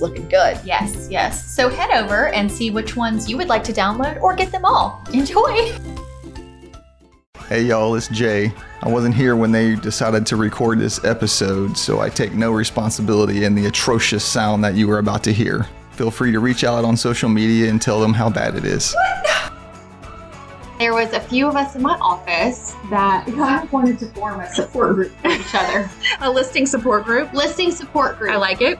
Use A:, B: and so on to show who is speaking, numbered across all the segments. A: looking good.
B: Yes, yes. So head over and see which ones you would like to download or get them all. Enjoy.
C: Hey y'all, it's Jay. I wasn't here when they decided to record this episode, so I take no responsibility in the atrocious sound that you are about to hear. Feel free to reach out on social media and tell them how bad it is.
B: There was a few of us in my office that
D: I wanted to form a support group.
B: each other.
D: A listing support group.
B: Listing support group.
D: I like it.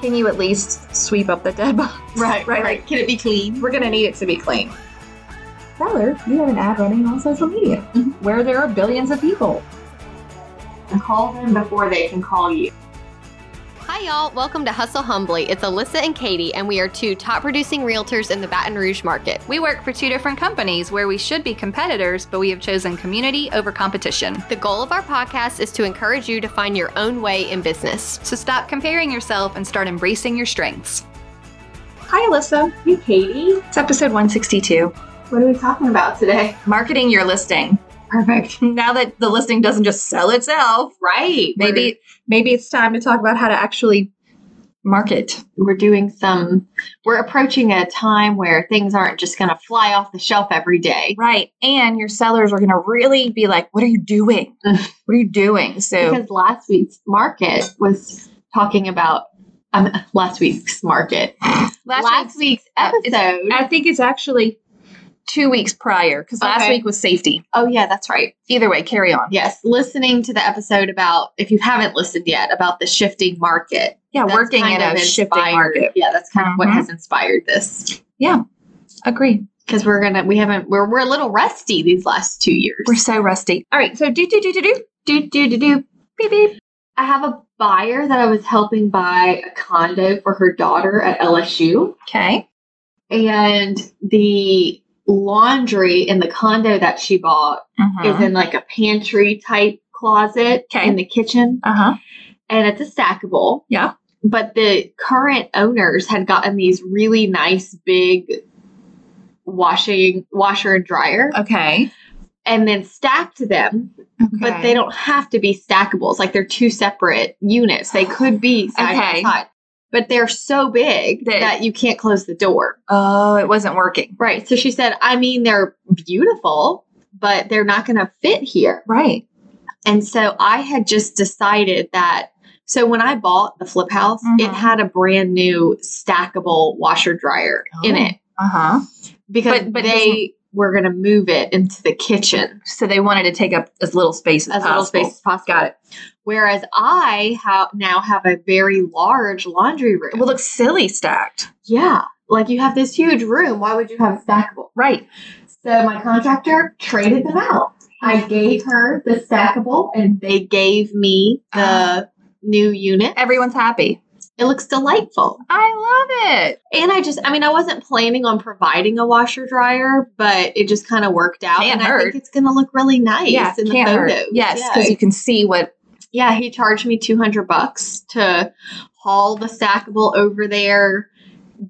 D: Can you at least sweep up the dead box?
B: Right,
D: right,
B: right. Can it be clean?
D: We're going to need it to be clean. Seller, you have an ad running on social media
B: Mhm.
D: where there are billions of people. Call them before they can call you.
B: Hi, y'all. Welcome to Hustle Humbly. It's Alyssa and Katie, and we are two top producing realtors in the Baton Rouge market.
E: We work for two different companies where we should be competitors, but we have chosen community over competition.
B: The goal of our podcast is to encourage you to find your own way in business.
E: So stop comparing yourself and start embracing your strengths.
D: Hi, Alyssa. Hey, Katie.
E: It's episode 162
D: What are we talking about today?
E: Marketing Your Listing.
D: Perfect.
E: Now that the listing doesn't just sell itself,
D: Right.
E: maybe
D: maybe it's time to talk about how to actually
E: market.
B: We're doing some, we're approaching a time where things aren't just going to fly off the shelf every day.
E: Right. And your sellers are going to really be like, what are you doing? what are you doing? So,
B: because last week's market was talking about um, last week's market. Last, week's, episode.
E: I think it's actually two weeks prior because last
B: Okay.
E: week was safety.
B: oh yeah, that's right.
E: Either way, carry on.
B: Yes, listening to the episode about if you haven't listened yet about the shifting market.
E: Yeah,
B: That's
E: working in
B: kind
E: a
B: of
E: shifting
B: inspired-
E: market.
B: Yeah, that's kind of what
E: Mhm.
B: has inspired this
E: Agreed.
B: because we're gonna we haven't we're we're a little rusty these last two years.
E: We're so rusty. All right, so do do do do do do do do do beep beep.
B: I have a buyer that I was helping buy a condo for her daughter at LSU.
E: Okay.
B: and the laundry in the condo that she bought
E: Uh-huh.
B: is in like a pantry type closet
E: Okay.
B: in the kitchen
E: Uh huh.
B: and it's a stackable
E: Yeah.
B: but the current owners had gotten these really nice big washing washer and dryer
E: Okay.
B: and then stacked them but they don't have to be stackables like they're two separate units they could be side
E: Okay.
B: by side but they're so big
E: That-
B: that you can't close the door
E: Oh, it wasn't working.
B: Right. So she said, I mean, they're beautiful, but they're not going to fit here.
E: Right.
B: And so I had just decided that. So when I bought the flip house, it
E: Mhm.
B: had a brand new stackable washer dryer in
E: Oh.
B: it
E: Uh huh.
B: because
E: But- but
B: they were going to move it into the kitchen
E: So they wanted to take up as little space as,
B: as little
E: possible.
B: space as possible.
E: Got it.
B: Whereas I ha- now have a very large laundry room.
E: It will look silly stacked.
B: yeah. Like you have this huge room. Why would you have a stackable?
E: Right.
B: So my contractor traded them out. I gave her the stackable and they gave me
E: Ah.
B: the new unit.
E: Everyone's happy.
B: It looks delightful.
E: I love it.
B: And I just, I mean, I wasn't planning on providing a washer dryer, but it just kind of worked out.
E: Can't
B: and I
E: hurt.
B: think it's going to look really nice
E: yeah.
B: in the
E: can't hurt.
B: photos.
E: Yes,
B: Yeah.
E: because you can see what.
B: yeah, he charged me 200 bucks to haul the stackable over there,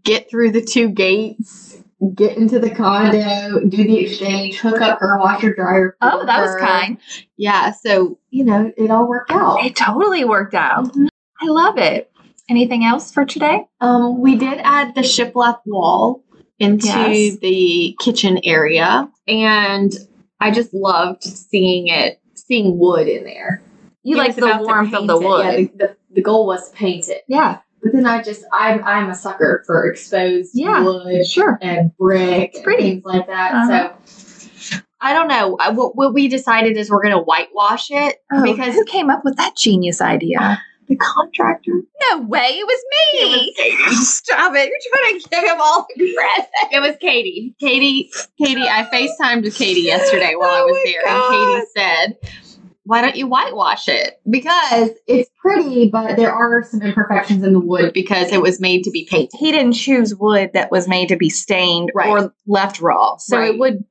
B: get through the two gates, get into the condo, do the exchange, hook up her washer dryer. for
E: Oh, that was
B: her.
E: kind.
B: Yeah, so, you know, it all worked out.
E: It totally worked out.
B: Mhm.
E: I love it. Anything else for today?
B: Um, we did add the shiplap wall into
E: Yes.
B: the kitchen area, and I just loved seeing it, seeing wood in there.
E: You
B: It
E: like
B: was
E: the
B: about to
E: warmth of
B: paint
E: the
B: it.
E: wood.
B: Yeah, the, the, the goal was to paint it.
E: yeah.
B: But then I just I'm I'm a sucker for exposed
E: Yeah,
B: wood
E: Sure.
B: and brick and
E: pretty.
B: things like that.
E: Uh-huh.
B: So I don't know. I- What, what we decided is we're gonna whitewash it
E: Oh,
B: because
E: who came up with that genius idea?
B: the contractor.
E: No way, it was me.
B: Stop it! You're trying to give him all the credit. It was Katie. Katie. Katie. I Facetimed with Katie yesterday while I
E: Oh
B: was
E: my
B: there,
E: God.
B: and Katie said.
D: why don't you whitewash it? Because it's pretty, but there are some imperfections in the wood because it was made to be painted.
E: He didn't choose wood that was made to be stained
D: Right.
E: or left raw, so
D: Right.
E: it would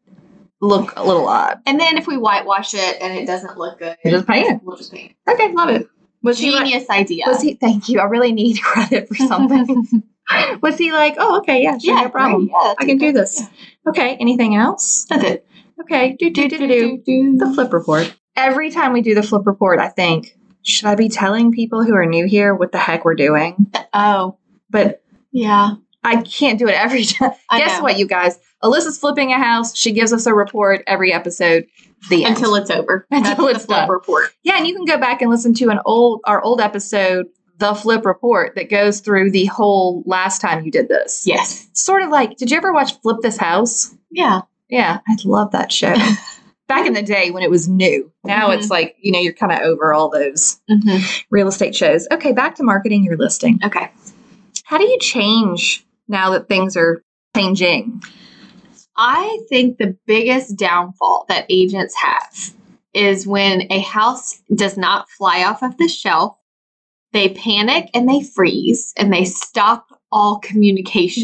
E: look a little odd.
D: And then if we whitewash it and it doesn't look good,
E: Just paint it.
D: we'll just paint it.
E: Okay, love it. Was he like,
D: Genius idea.
E: was he? Thank you. I really need credit for something. was he like, oh, okay, yeah, sure,
D: yeah,
E: no problem.
D: right, yeah,
E: I can do this. Okay, anything else?
D: That's it.
E: Okay, do do do do do. The flip report. Every time we do the flip report, I think, should I be telling people who are new here what the heck we're doing?
D: Oh,
E: But
D: yeah.
E: I can't do it every time.
D: I
E: Guess
D: know.
E: what, you guys? Alyssa's flipping a house. She gives us a report every episode. The end.
D: Until it's over.
E: Until
D: That's
E: it's
D: the flip
E: done.
D: report.
E: yeah, and you can go back and listen to an old our old episode, the flip report, that goes through the whole last time you did this.
D: Yes.
E: Sort of like, did you ever watch Flip This House?
D: Yeah.
E: Yeah, I love that show. Back in the day when it was new. Now
D: Mm-hmm.
E: it's like, you know, you're kind of over all those
D: Mhm.
E: real estate shows. Okay, back to marketing your listing.
D: Okay.
E: How do you change now that things are changing?
D: I think the biggest downfall that agents have is when a house does not fly off of the shelf, they panic and they freeze and they stop all communication.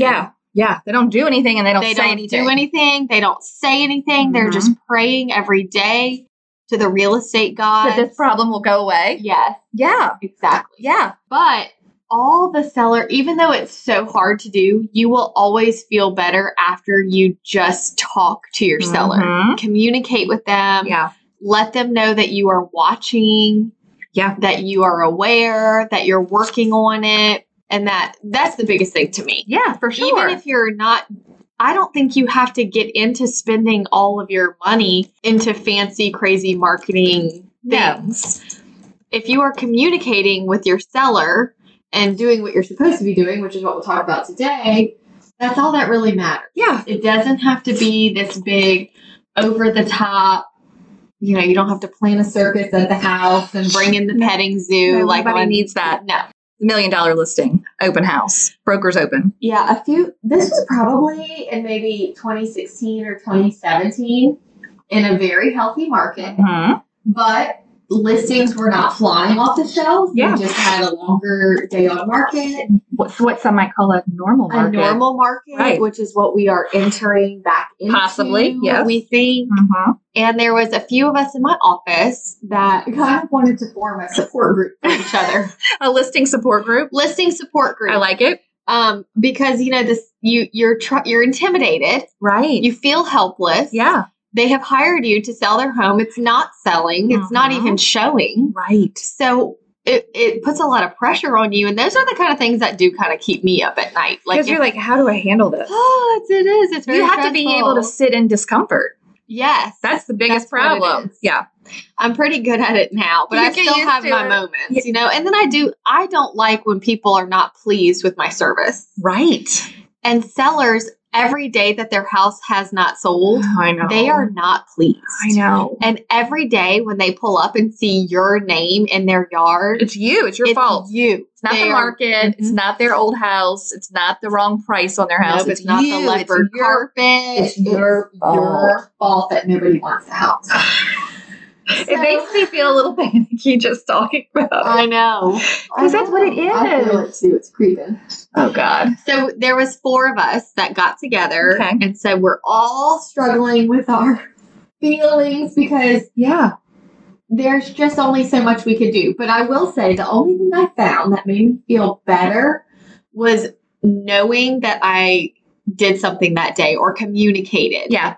E: Yeah, they don't do anything and they don't
D: they
E: say
D: don't
E: anything.
D: do anything. They don't say anything. They're
E: Mhm.
D: just praying every day to the real estate
E: that
D: gods.
E: this problem will go away.
D: yes,
E: Yeah,
D: exactly.
E: yeah.
D: But all the seller, even though it's so hard to do, you will always feel better after you just talk to your seller.
E: Mhm.
D: Communicate with them.
E: Yeah,
D: Let them know that you are watching,
E: yeah.
D: that you are aware, that you're working on it. And that that's the biggest thing to me.
E: Yeah, for sure.
D: Even if you're not I don't think you have to get into spending all of your money into fancy crazy marketing
E: No.
D: things. If you are communicating with your seller and doing what you're supposed to be doing, which is what we'll talk about today, that's all that really matters.
E: yeah,
D: It doesn't have to be this big over the top you know, you don't have to plan a circus at the house and bring in the petting zoo.
E: No,
D: like
E: nobody
D: on-
E: needs that.
D: No,
E: million dollar listing, open house, brokers open.
D: Yeah, a few. This was probably in maybe 2016 or 2017 in a very healthy market,
E: Mhm.
D: but listings were not flying off the shelves.
E: Yeah.
D: We just had a longer day on market,
E: What's what some might call a normal
D: a
E: market.
D: normal market,
E: Right.
D: which is what we are entering back into.
E: Possibly, yes.
D: we think.
E: Mhm.
D: And there was a few of us in my office that kind of wanted to form a support group for each other,
E: A listing support group.
D: listing support group.
E: I like it.
D: um, because you know this, you you're tr- you're intimidated.
E: Right.
D: You feel helpless.
E: yeah.
D: They have hired you to sell their home. It's not selling, it's not
E: Mhm.
D: even showing.
E: Right.
D: So it, it puts a lot of pressure on you. And those are the kind of things that do kind of keep me up at night.
E: Because
D: Like,
E: you're
D: if-
E: like, how do I handle this?
D: oh, it's, it is. It's very
E: You have to be
D: stressful.
E: able to sit in discomfort.
D: Yes.
E: That's the biggest
D: That's what it
E: problem.
D: is.
E: Yeah.
D: I'm pretty good at it now, but
E: You
D: I
E: get
D: still
E: used
D: have
E: to
D: my
E: it.
D: moments,
E: Yeah.
D: you know? And then I do, I don't like when people are not pleased with my service.
E: Right.
D: And sellers, every day that their house has not sold,
E: I know.
D: they are not pleased.
E: I know.
D: And every day when they pull up and see your name in their yard,
E: It's you. Mm-hmm. It's your
D: it's
E: fault.
D: You.
E: It's not
D: They
E: the
D: are-
E: market. It's not their old house. It's not the wrong price on their
D: Nope,
E: house.
D: it's, not
E: you.
D: the leopard
E: It's your,
D: carpet. It's,
E: your fault.
D: your fault that nobody wants the house.
E: It makes me feel a little panicky just talking about it.
D: I know.
E: 'Cause that's what it
D: I feel it too. It's creeping.
E: Oh God.
D: So there was four of us that got together
E: Okay.
D: and said we're all struggling with our feelings because
E: Yeah.
D: there's just only so much we could do. But I will say the only thing I found that made me feel better was knowing that I did something that day or communicated.
E: Yeah.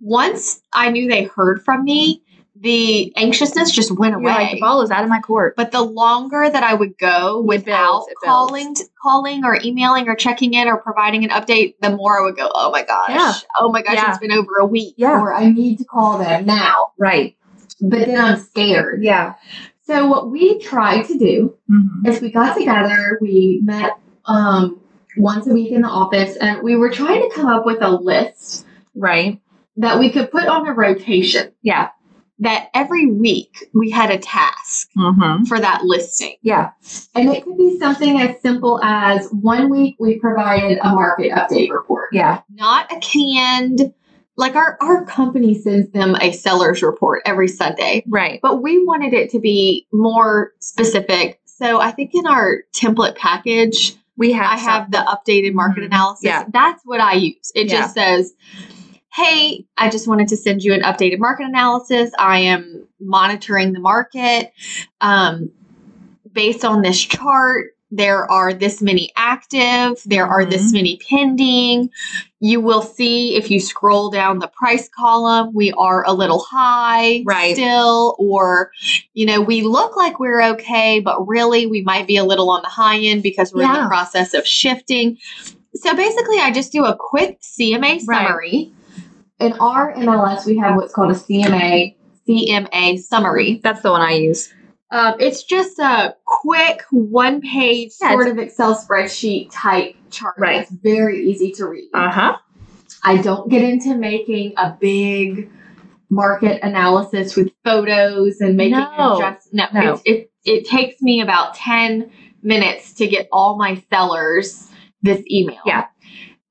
D: Once I knew they heard from me, the anxiousness just went
E: You're
D: away.
E: like the ball is out of my court.
D: but the longer that I would go
E: It builds,
D: without
E: it builds.
D: calling, calling or emailing or checking in or providing an update, the more I would go, oh my gosh,
E: Yeah.
D: oh my gosh,
E: Yeah.
D: it's been over a week,
E: Yeah.
D: or I need to call them now.
E: Right.
D: But then I'm scared.
E: Yeah.
D: So what we tried to do
E: Mhm.
D: is we got together, we met um, once a week in the office, and we were trying to come up with a list
E: Right.
D: that we could put on a rotation.
E: Yeah.
D: That every week we had a task
E: Mm-hmm.
D: for that listing.
E: Yeah.
D: And it could be something as simple as one week we provided a market update report,
E: Yeah.
D: not a canned like our our company sends them a seller's report every Sunday,
E: Right.
D: but we wanted it to be more specific. So I think in our template package,
E: We have. Mm-hmm.
D: I have the updated market
F: Mhm.
D: analysis.
E: Yeah.
D: That's what I use. It just says, Hey, I just wanted to send you an updated market analysis. I am monitoring the market. Um, based on this chart, there are this many active, there are this
E: Mm-hmm.
D: many pending. You will see if you scroll down the price column, we are a little high
E: Right.
D: still, or, you know, we look like we're okay, but really we might be a little on the high end because we're in
E: Yeah.
D: the process of shifting. So basically, I just do a quick CMA
E: Right.
D: summary. In our MLS, we have what's called a CMA. CMA summary.
E: That's the one I use.
D: Um, it's just a quick one page
E: Yeah,
D: sort of Excel spreadsheet type chart.
E: Right.
D: It's very easy to read.
E: huh.
D: I don't get into making a big market analysis with photos and making
E: No.
D: adjustments. No,
E: No.
D: it's- It, it takes me about 10 minutes to get all my sellers this email.
E: Yeah.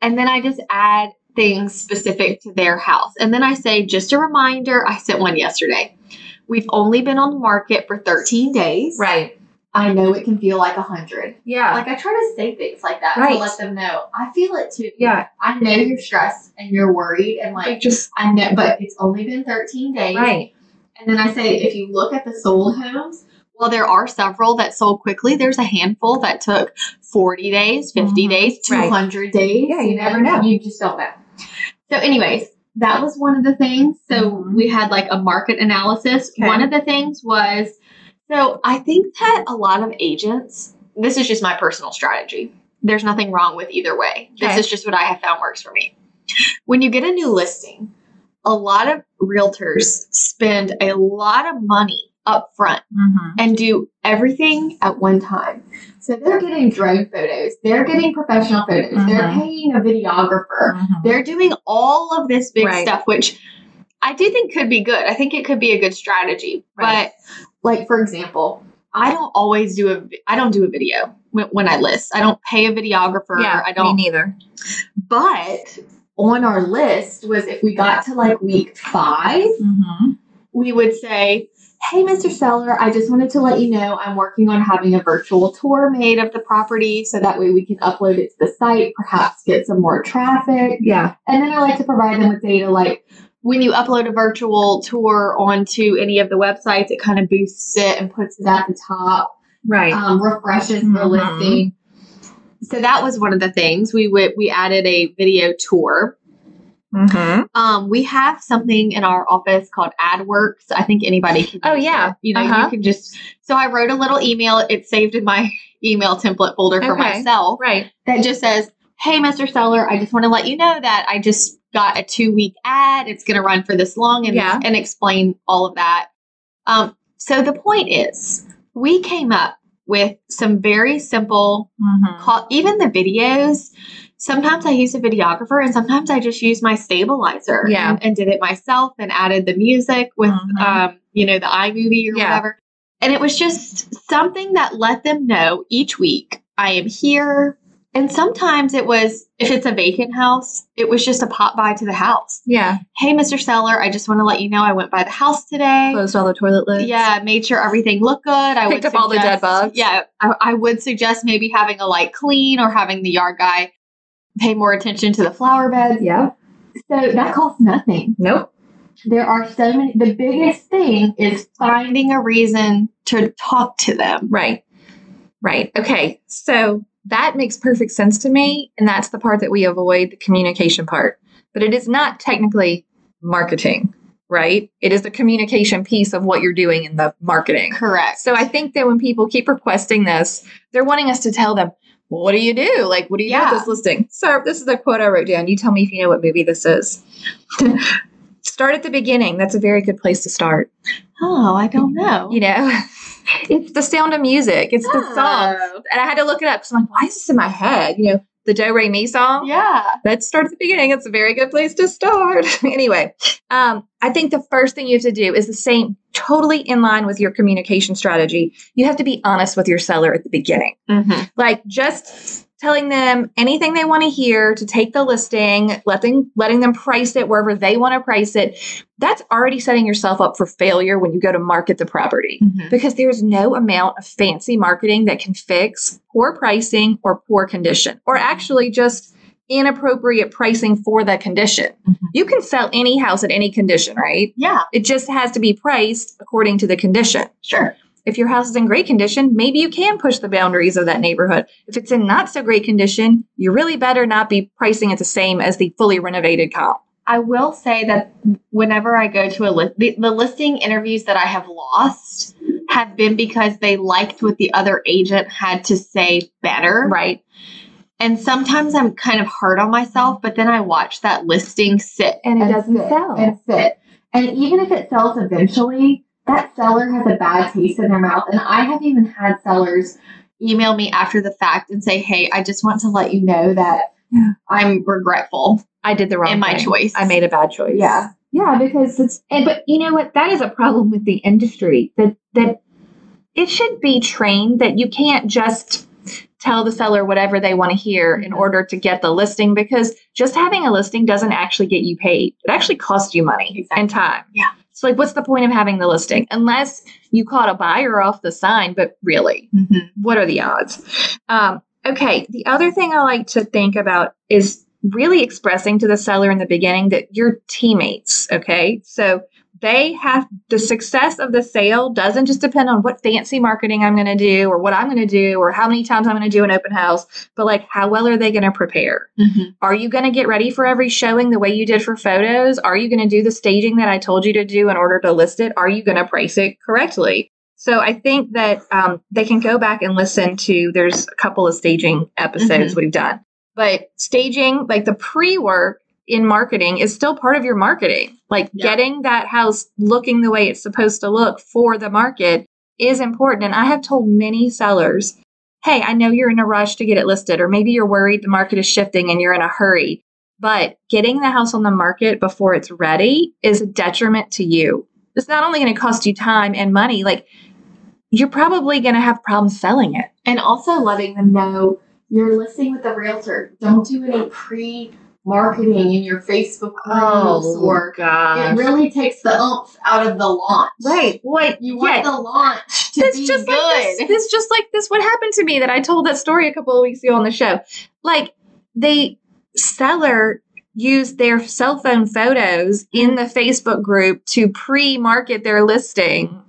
D: And then I just add things specific to their house. And then I say, just a reminder, I sent one yesterday. We've only been on the market for 13 days.
E: Right.
D: I know it can feel like 100.
E: Yeah.
D: Like I try to say things like that
E: Right.
D: to let them know I feel it too.
E: yeah.
D: I know you're stressed and you're worried and like
E: just
D: I know but it's only been 13 days.
E: right.
D: And then I say if you look at the sold homes, well there are several that sold quickly. There's a handful that took 40 days, 50
F: Mhm.
D: days,
E: Mm-hmm. Right.
D: 200 days.
E: Yeah, you never know.
D: You just don't know. So anyways, that was one of the things. So
E: Mhm.
D: we had like a market analysis.
E: Okay.
D: One of the things was so I think that a lot of agents, this is just my personal strategy. There's nothing wrong with either way.
E: Okay.
D: This is just what I have found works for me. When you get a new listing, a lot of realtors spend a lot of money up front
E: Mm-hmm.
D: and do everything at one time. So they're getting drone photos, they're getting professional photos, they're
E: Mhm.
D: paying a videographer,
E: Mm-hmm.
D: they're doing all of this big
E: Right.
D: stuff, which I do think could be good. I think it could be a good strategy.
E: Right.
D: But like for example, I don't always do a I don't do a video when, when I list. I don't pay a videographer.
E: Yeah.
D: I don't.
E: Me neither.
D: But on our list was if we got to like week five,
E: Mm-hmm.
D: we would say, Hey, Mr. Seller, I just wanted to let you know I'm working on having a virtual tour made of the property so that way we can upload it to the site, perhaps get some more traffic.
E: Yeah.
D: And then I like to provide them with data like when you upload a virtual tour onto any of the websites, it kind of boosts it and puts it at the top,
E: Right.
D: um, refreshes the
E: Mhm.
D: listing. So that was one of the things we would we added a video tour.
E: mm-hmm.
D: Um, we have something in our office called AdWorks. I think anybody can.
E: Oh,
D: use
E: yeah.
D: it. you know
E: Uh-huh.
D: you can just. So I wrote a little email. It's saved in my email template folder for
E: Okay.
D: myself
E: Right.
D: that just says, Hey, Mr. Seller, I just want to let you know that I just got a two week ad. It's going to run for this long and,
E: Yeah.
D: and explain all of that. Um, so the point is, we came up with some very simple,
E: Mm-hmm.
D: call, even the videos. Sometimes I use a videographer and sometimes I just use my stabilizer
E: Yeah.
D: and, and did it myself and added the music with,
E: Mhm.
D: um, you know, the iMovie or
E: Yeah.
D: whatever. And it was just something that let them know each week I am here. And sometimes it was, if it's a vacant house, it was just a pop by to the house.
E: Yeah.
D: Hey, Mr. Seller, I just want to let you know I went by the house today.
E: Closed all the toilet lids.
D: Yeah, made sure everything looked good. I
E: Picked
D: would
E: up all the dead
D: suggest-
E: bugs.
D: Yeah, I, I would suggest maybe having a light clean or having the yard guy pay more attention to the flower beds.
E: Yeah.
D: So that costs nothing.
E: Nope.
D: There are so many. The biggest thing is finding a reason to talk to them.
E: Right. Right. Okay. So that makes perfect sense to me. And that's the part that we avoid the communication part. But it is not technically marketing, right? It is the communication piece of what you're doing in the marketing.
D: Correct.
E: So I think that when people keep requesting this, they're wanting us to tell them, well, what do you do? Like, what do you do
D: Yeah.
E: with this listing? So this is a quote I wrote down. You tell me if you know what movie this is. start at the beginning. That's a very good place to start.
D: Oh, I don't know.
E: You know, it's the sound of music. It's the song. And I had to look it up because I'm like, why is this in my head? You know, the Do Re Mi song.
D: Yeah.
E: Let's start at the beginning. It's a very good place to start. anyway, um, I think the first thing you have to do is the same, totally in line with your communication strategy. You have to be honest with your seller at the beginning.
D: Mm-hmm.
E: Like, just telling them anything they want to hear to take the listing, letting letting them price it wherever they want to price it. That's already setting yourself up for failure when you go to market the property
D: Mm-hmm.
F: Mhm.
E: because there's no amount of fancy marketing that can fix poor pricing or poor condition or actually just inappropriate pricing for that condition.
F: Mhm.
E: You can sell any house at any condition, right?
D: Yeah,
E: It just has to be priced according to the condition.
D: sure.
E: If your house is in great condition, maybe you can push the boundaries of that neighborhood. If it's in not so great condition, you really better not be pricing it the same as the fully renovated comp.
D: I will say that whenever I go to a list, the, the listing interviews that I have lost have been because they liked what the other agent had to say better.
E: Right.
D: And sometimes I'm kind of hard on myself, but then I watch that listing sit
E: And it
G: And
E: doesn't
G: sit,
E: sell.
G: And sit. And even if it sells eventually, that seller has a bad taste in their mouth. And I have even had sellers
D: email me after the fact and say, "Hey, I just want to let you know that
E: Yeah.
D: I'm regretful
E: I did the wrong
D: in my
E: thing.
D: choice.
E: I made a bad choice.
G: Yeah.
E: Yeah, because it's and but you know what? That is a problem with the industry. That that it should be trained that you can't just tell the seller whatever they want to hear in order to get the listing because just having a listing doesn't actually get you paid. It actually costs you money
D: Exactly.
E: and time.
D: Yeah.
E: So like what's the point of having the listing unless you caught a buyer off the sign, but really,
D: Mhm.
E: what are the odds? Um, okay, the other thing I like to think about is really expressing to the seller in the beginning that you're teammates, okay? So they have the success of the sale doesn't just depend on what fancy marketing I'm going to do or what I'm going to do or how many times I'm going to do an open house, but like how well are they going to prepare?
D: Mhm.
E: Are you going to get ready for every showing the way you did for photos? Are you going to do the staging that I told you to do in order to list it? Are you going to price it correctly? So I think that um, they can go back and listen to. There's a couple of staging episodes we've done, but staging, like the pre work in marketing, is still part of your marketing. Like
D: Yeah.
E: getting that house looking the way it's supposed to look for the market is important. And I have told many sellers hey, I know you're in a rush to get it listed, or maybe you're worried the market is shifting and you're in a hurry. But getting the house on the market before it's ready is a detriment to you. It's not only going to cost you time and money, like you're probably going to have problems selling it.
G: and also letting them know you're listing with a realtor. Don't do any pre marketing in your Facebook groups
D: Oh,
G: or it
E: God.
G: really takes the oomph out of the launch.
E: Right. What
G: You want
E: yeah.
G: the launch to
E: This
G: be
E: just
G: good.
E: like this, this just like this what happened to me that I told that story a couple of weeks ago on the show. Like the seller used their cell phone photos in the Facebook group to pre-market their listing.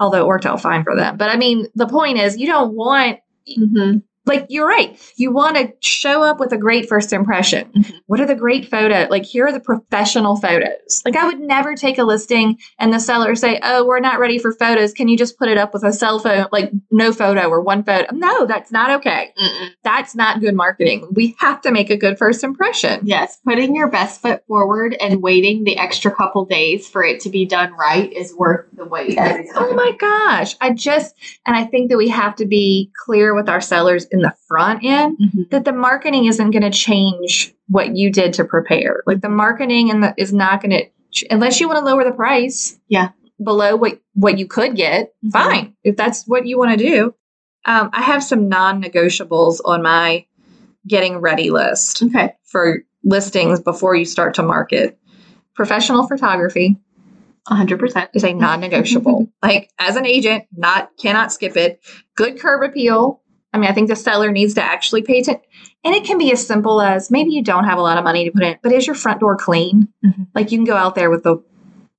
E: Although it worked out fine for them. But I mean, the point is you don't want
D: Mhm.
E: like you're right. You want to show up with a great first impression.
D: Mhm.
E: What are the great photo? Like here are the professional photos. Like I would never take a listing and the seller say, "Oh, we're not ready for photos. Can you just put it up with a cell phone? Like no photo or one photo." No, that's not okay.
D: Mm-mm.
E: That's not good marketing. We have to make a good first impression.
D: Yes, putting your best foot forward and waiting the extra couple days for it to be done right is worth the wait. every time.
E: Oh my gosh. I just and I think that we have to be clear with our sellers in the front end
D: Mhm.
E: that the marketing isn't going to change what you did to prepare. Like the marketing and the, is not going to unless you want to lower the price.
D: Yeah.
E: Below what what you could get,
D: Mhm.
E: fine. If that's what you want to do. Um, I have some non-negotiables on my getting ready list
D: Okay.
E: for listings before you start to market. Professional photography
D: 100%.
E: is a non-negotiable. like as an agent, not cannot skip it. Good curb appeal. I mean, I think the seller needs to actually pay attention. And it can be as simple as maybe you don't have a lot of money to put in, but is your front door clean?
D: Mhm.
E: Like you can go out there with the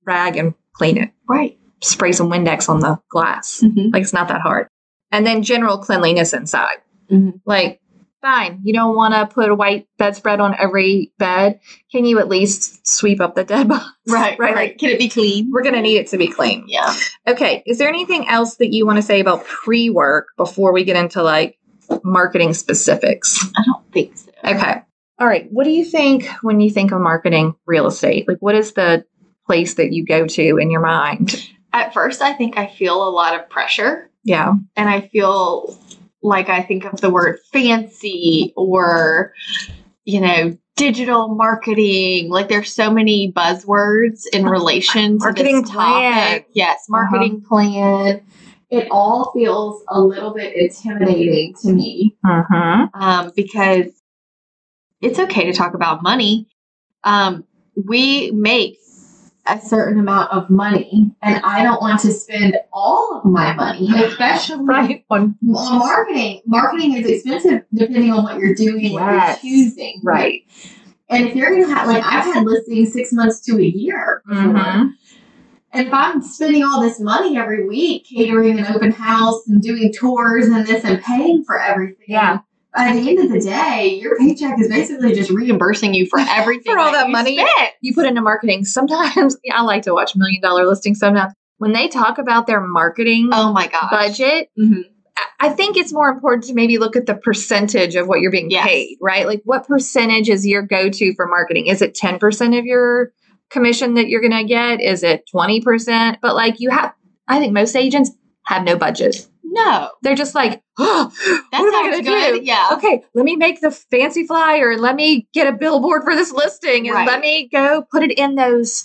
E: rag and clean it.
D: Right.
E: Spray some Windex on the glass.
D: Mhm.
E: Like it's not that hard. And then general cleanliness inside.
D: Mhm.
E: Like, fine, you don't want to put a white bedspread on every bed. Can you at least sweep up the dead box? Right,
D: Right, right,
E: like-
D: Can it be clean?
E: We're going to need it to be clean.
D: Yeah.
E: Okay. Is there anything else that you want to say about pre work before we get into like marketing specifics?
D: I don't think so.
E: Okay. All right. What do you think when you think of marketing real estate? Like, what is the place that you go to in your mind?
D: At first, I think I feel a lot of pressure
E: Yeah.
D: and I feel like I think of the word fancy or, you know, digital marketing. Like there's so many buzzwords in relation to
E: Marketing
D: this
E: plan. Uh-huh.
D: topic. Yes, marketing plan.
G: it all feels a little bit intimidating to me
E: Mm-hmm.
D: um, because it's okay to talk about money. Um, we make
G: a certain amount of money and I don't want to spend all of my money, especially
E: Right. On
G: on marketing. Marketing is expensive depending on what you're doing,
E: Yes.
G: what you're choosing.
E: right.
G: And if you're gonna have like I've had listings six months to a year before.
E: Mhm.
G: And if I'm spending all this money every week catering an open house and doing tours and this and paying for everything,
E: Yeah.
G: by the end of the day, your paycheck is basically just reimbursed.
D: reimbursing you for everything
E: For all that
D: you
E: money.
D: spent.
E: You put into marketing. Sometimes yeah, I like to watch million dollar listings. Sometimes when they talk about their marketing
D: Oh my gosh!
E: budget,
D: Mhm.
E: I- I think it's more important to maybe look at the percentage of what you're being
D: Yes.
E: paid, right? Like what percentage is your go to for marketing? Is it 10% of your commission that you're going to get? Is it 20%? But like you have, I think most agents have no budget.
D: no,
E: They're just like, oh,
D: that
E: what am I going
D: sounds
E: to
D: good.
E: do?
D: Yeah,
E: okay, let me make the fancy flyer and let me get a billboard for this listing and
D: Right.
E: let me go put it in those.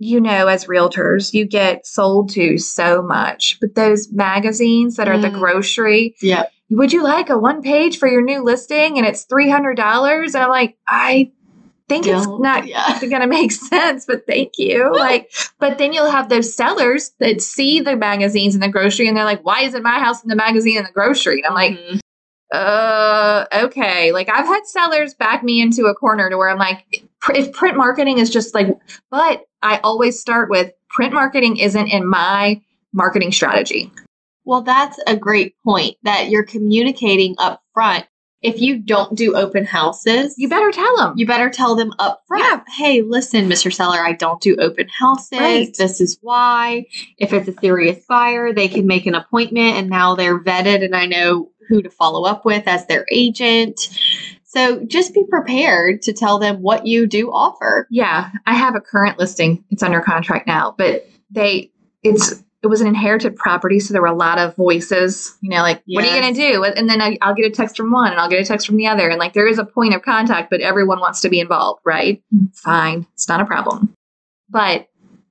E: You know, as realtors, you get sold to so much, but those magazines that are at the
D: Mm.
E: grocery,
D: Yep.
E: Would you like a one page for your new listing and it's three hundred dollars? And I'm like, I think it's
D: Don't-
E: not
D: Yeah.
E: going to make sense, but thank you. Like, but then you'll have those sellers that see the magazines in the grocery and they're like, why isn't my house in the magazine in the grocery? And I'm like,
D: Mhm.
E: uh okay like i've had sellers back me into a corner to where i'm like pr- if print marketing is just like but i always start with print marketing isn't in my marketing strategy
D: Well, that's a great point that you're communicating up front. If you don't do open houses,
E: you better tell them
D: you better tell them up front. Hey, listen, Mr. Seller, I don't do open houses.
E: Right.
D: This is why. If it's a serious buyer, they can make an appointment and now they're vetted and I know who to follow up with as their agent. So just be prepared to tell them what you do offer.
E: yeah i have a current listing it's under contract now but they it's it was an inherited property so there were a lot of voices you know like what are you going
D: Yes.
E: to do and then I, i'll get a text from one and i'll get a text from the other and like there is a point of contact but everyone wants to be involved right fine it's not a problem but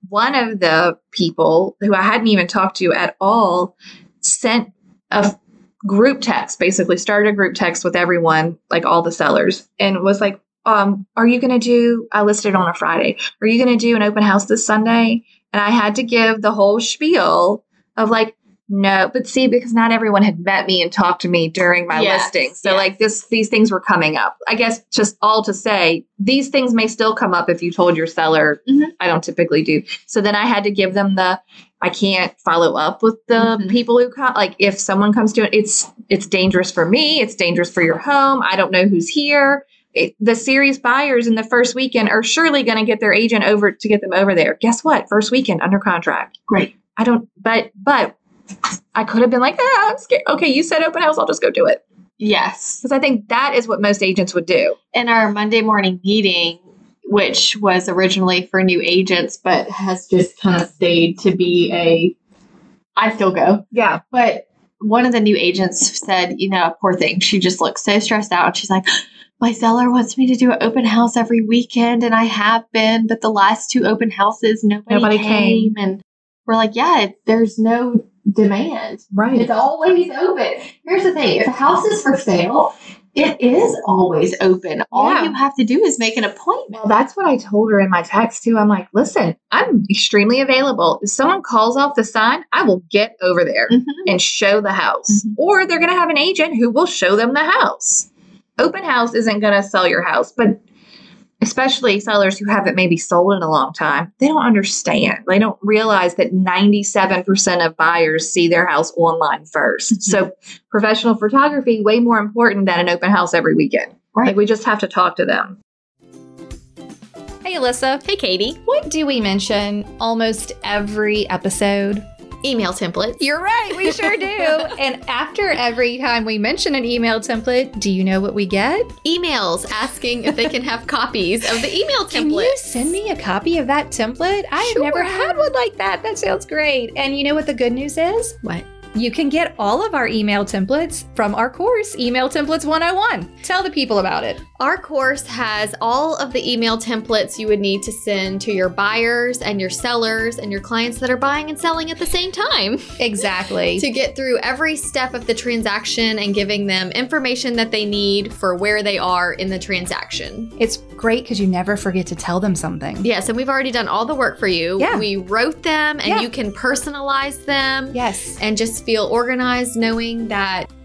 E: one of the people who i hadn't even talked to at all sent a f- group text basically started a group text with everyone like all the sellers and was like um, are you going to do i listed on a friday are you going to do an open house this sunday and i had to give the whole spiel of like no but see because not everyone had met me and talked to me during my
D: Yes,
E: listing so
D: yes.
E: like this these things were coming up i guess just all to say these things may still come up if you told your seller
D: Mhm.
E: i don't typically do so then i had to give them the i can't follow up with the
D: Mhm.
E: people who come like if someone comes to it it's it's dangerous for me it's dangerous for your home i don't know who's here it, the serious buyers in the first weekend are surely going to get their agent over to get them over there. Guess what? First weekend under contract.
D: Great.
E: I don't, but, but I could have been like, ah, I'm scared. Okay, you said open house. I'll just go do it.
D: Yes.
E: Because I think that is what most agents would do.
D: in our Monday morning meeting, which was originally for new agents, but has just kind of stayed to be a I still go.
E: Yeah.
D: But one of the new agents said, you know, poor thing, she just looks so stressed out. And she's like, my seller wants me to do an open house every weekend, and I have been, but the last two open houses, nobody,
E: Nobody
D: came. And we're like, yeah, it- there's no demand.
E: Right.
G: It's always open. Here's the thing if a house is for sale,
D: It is always open. All
E: Yeah.
D: you have to do is make an appointment.
E: Well, that's what I told her in my text too. I'm like, listen, I'm extremely available. If someone calls off the sign, I will get over there.
D: Mhm.
E: and show the house.
D: Mhm.
E: Or they're going to have an agent who will show them the house. Open house isn't going to sell your house, but especially sellers who haven't maybe sold in a long time, they don't understand. They don't realize that 97% of buyers see their house online 1st So professional photography way more important than an open house every weekend.
D: Right.
E: Like we just have to talk to them.
F: Hey, Alyssa.
B: Hey, Katie.
F: What do we mention almost every episode?
B: Email templates.
F: You're right, we sure do. and after every time we mention an email template, do you know what we get?
B: emails asking if they can have copies of the email template.
F: Can you send me a copy of that template? I have
B: Sure.
F: never had one like that. That sounds great. And you know what the good news is?
B: What?
F: You can get all of our email templates from our course, Email Templates 101. Tell the people about it.
B: Our course has all of the email templates you would need to send to your buyers and your sellers and your clients that are buying and selling at the same time
F: Exactly.
B: to get through every step of the transaction and giving them information that they need for where they are in the transaction.
F: It's great because you never forget to tell them something.
B: Yes, and we've already done all the work for you.
F: Yeah.
B: We wrote them and
F: Yeah.
B: you can personalize them
F: Yes.
B: and just feel organized knowing that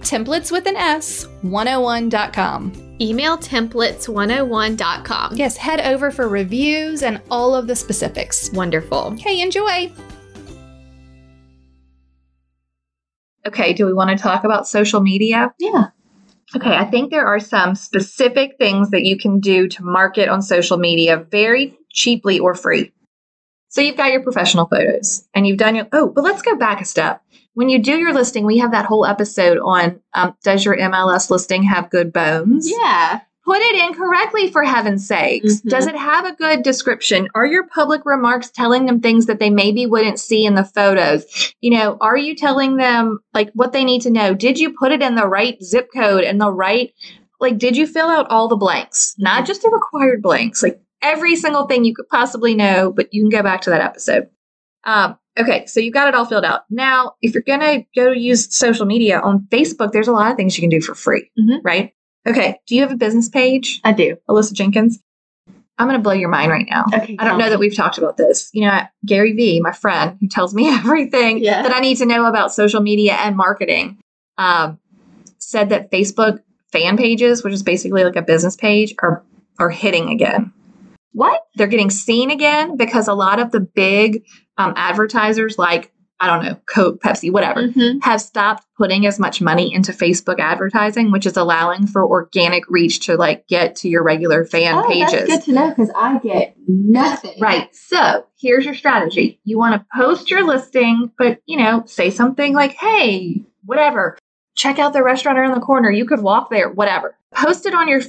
F: templates with an S 101.com.
B: Emailtemplates101.com.
F: Yes, head over for reviews and all of the specifics.
B: Wonderful.
F: Okay, enjoy.
E: Okay, do we want to talk about social media?
D: Yeah.
E: Okay, I think there are some specific things that you can do to market on social media very cheaply or free. So you've got your professional photos and you've done your, oh, but let's go back a step. When you do your listing, we have that whole episode on um, does your MLS listing have good bones?
D: Yeah.
E: Put it in correctly for heaven's sakes.
D: Mhm.
E: Does it have a good description? Are your public remarks telling them things that they maybe wouldn't see in the photos? You know, are you telling them like what they need to know? Did you put it in the right zip code and the right like did you fill out all the blanks? Not just the required blanks, like every single thing you could possibly know, but you can go back to that episode. Um Okay, so you got it all filled out. Now, if you're gonna go use social media on Facebook, there's a lot of things you can do for free,
D: Mhm.
E: right? Okay. Do you have a business page,
D: I do.
E: Alyssa Jenkins? I'm going to blow your mind right now.
D: Okay.
E: I don't know that we've talked about this. You know, Gary Vee, my friend, who tells me everything
D: Yeah.
E: that I need to know about social media and marketing, um, said that Facebook fan pages, which is basically like a business page, are are hitting again.
D: What?
E: They're getting seen again because a lot of the big um, advertisers, like I don't know, Coke, Pepsi, whatever,
D: Mhm.
E: have stopped putting as much money into Facebook advertising, which is allowing for organic reach to like get to your regular fan
D: Oh,
E: pages.
D: that's good to know because I get nothing.
E: Right. So here's your strategy. You want to post your listing, but you know, say something like, hey, whatever. Check out the restaurant around the corner. You could walk there, whatever. Post it on your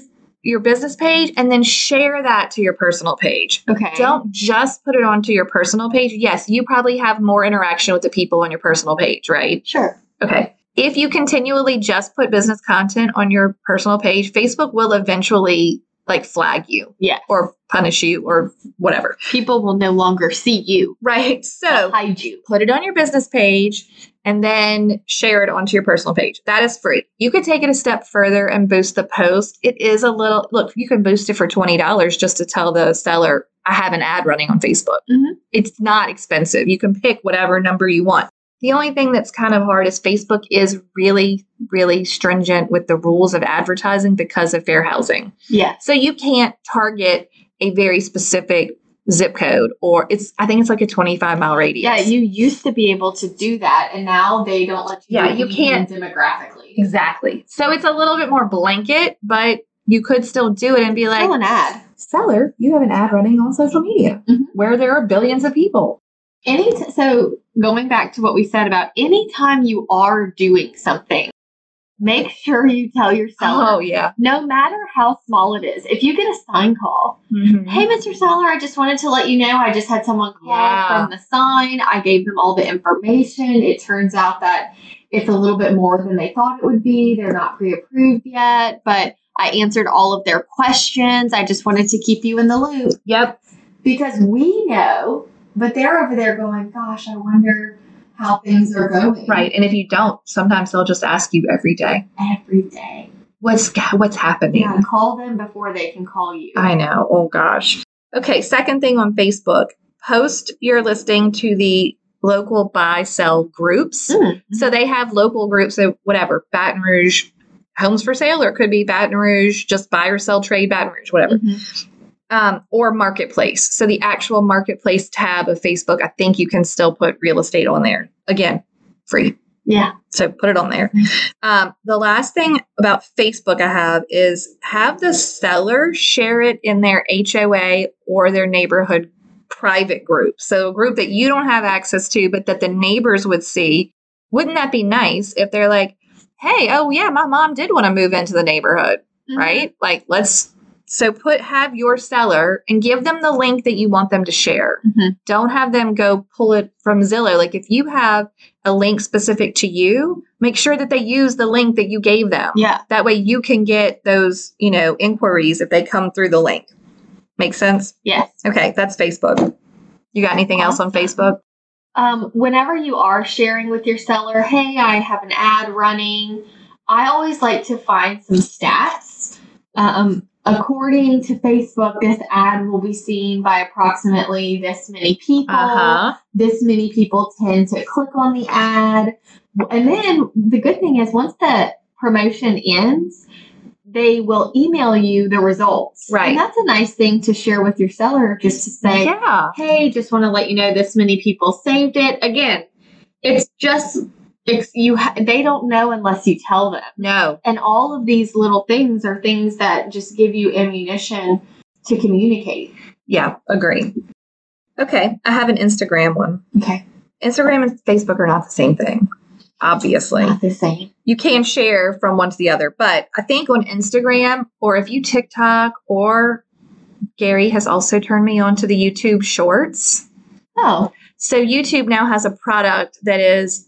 E: your business page and then share that to your personal page.
D: Okay.
E: Don't just put it onto your personal page. Yes, you probably have more interaction with the people on your personal page, right?
D: Sure.
E: Okay. If you continually just put business content on your personal page, Facebook will eventually like flag you
D: Yeah.
E: or punish you or whatever.
D: People will no longer see you.
E: Right.
D: They'll
E: So
D: hide you.
E: put it on your business page and then share it onto your personal page. That is free. You could take it a step further and boost the post. It is a little look, you can boost it for $20 just to tell the seller, I have an ad running on Facebook.
D: Mhm.
E: It's not expensive. You can pick whatever number you want. The only thing that's kind of hard is Facebook is really, really stringent with the rules of advertising because of fair housing.
D: Yes.
E: So you can't target a very specific zip code or it's I think it's like a 25 mile radius.
D: Yeah, you used to be able to do that, and now they don't let you.
E: Yeah,
D: do it
E: you
D: even
E: can't-
D: demographically.
E: Exactly. So it's a little bit more blanket, but you could still do it and be
D: Still
E: like,
D: an ad.
E: seller, you have an ad running on social media
D: Mhm.
E: where there are billions of people.
D: Any t- so going back to what we said about anytime you are doing something, make sure you tell your seller,
E: Oh, yeah.
D: no matter how small it is, if you get a sign call,
E: Mm-hmm.
D: hey, Mr. Seller, I just wanted to let you know I just had someone call
E: Yeah.
D: from the sign. I gave them all the information. It turns out that it's a little bit more than they thought it would be. They're not pre approved yet, but I answered all of their questions. I just wanted to keep you in the loop
E: Yep.
D: because we know, but they're over there going, gosh, I wonder how things are going
E: Right. And if you don't, sometimes they'll just ask you every day,
D: every day.
E: what's what's happening?
D: Yeah, call them before they can call you.
E: I know. Oh gosh. Okay, second thing on Facebook, post your listing to the local buy sell groups.
D: Mm.
E: So they have local groups of whatever, Baton Rouge homes for sale, or it could be Baton Rouge, just buy or sell trade, Baton Rouge,
D: Mm-hmm.
E: whatever. Um, or marketplace. So the actual marketplace tab of Facebook, I think you can still put real estate on there. Again, free.
D: Yeah.
E: So put it on there. Um, the last thing about Facebook I have is have the seller share it in their HOA or their neighborhood private group. So a group that you don't have access to, but that the neighbors would see. Wouldn't that be nice if they're like, hey, oh yeah, my mom did want to move into the neighborhood,
D: Mm-hmm.
E: right? Like, let's. So put have your seller and give them the link that you want them to share.
D: Mhm.
E: Don't have them go pull it from Zillow. Like if you have a link specific to you, make sure that they use the link that you gave them.
D: Yeah.
E: That way you can get those, you know, inquiries if they come through the link. Make sense?
D: Yes.
E: Okay, that's Facebook. You got anything else on Facebook?
D: Um, whenever you are sharing with your seller, hey, I have an ad running, I always like to find some stats. Um, according to Facebook, this ad will be seen by approximately this many people.
E: Uh-huh.
D: This many people tend to click on the ad. And then the good thing is, once the promotion ends, they will email you the results.
E: Right.
D: And that's a nice thing to share with your seller just to say,
E: Yeah.
D: hey, just want to let you know this many people saved it. Again, it's just it's you. Ha- they don't know unless you tell them.
E: No.
D: And all of these little things are things that just give you ammunition to communicate.
E: Yeah, agree. Okay, I have an Instagram one.
D: Okay,
E: Instagram and Facebook are not the same thing, obviously.
D: not the same.
E: you can share from one to the other. But I think on Instagram or if you TikTok or Gary has also turned me on to the YouTube Shorts.
D: Oh,
E: So YouTube now has a product that is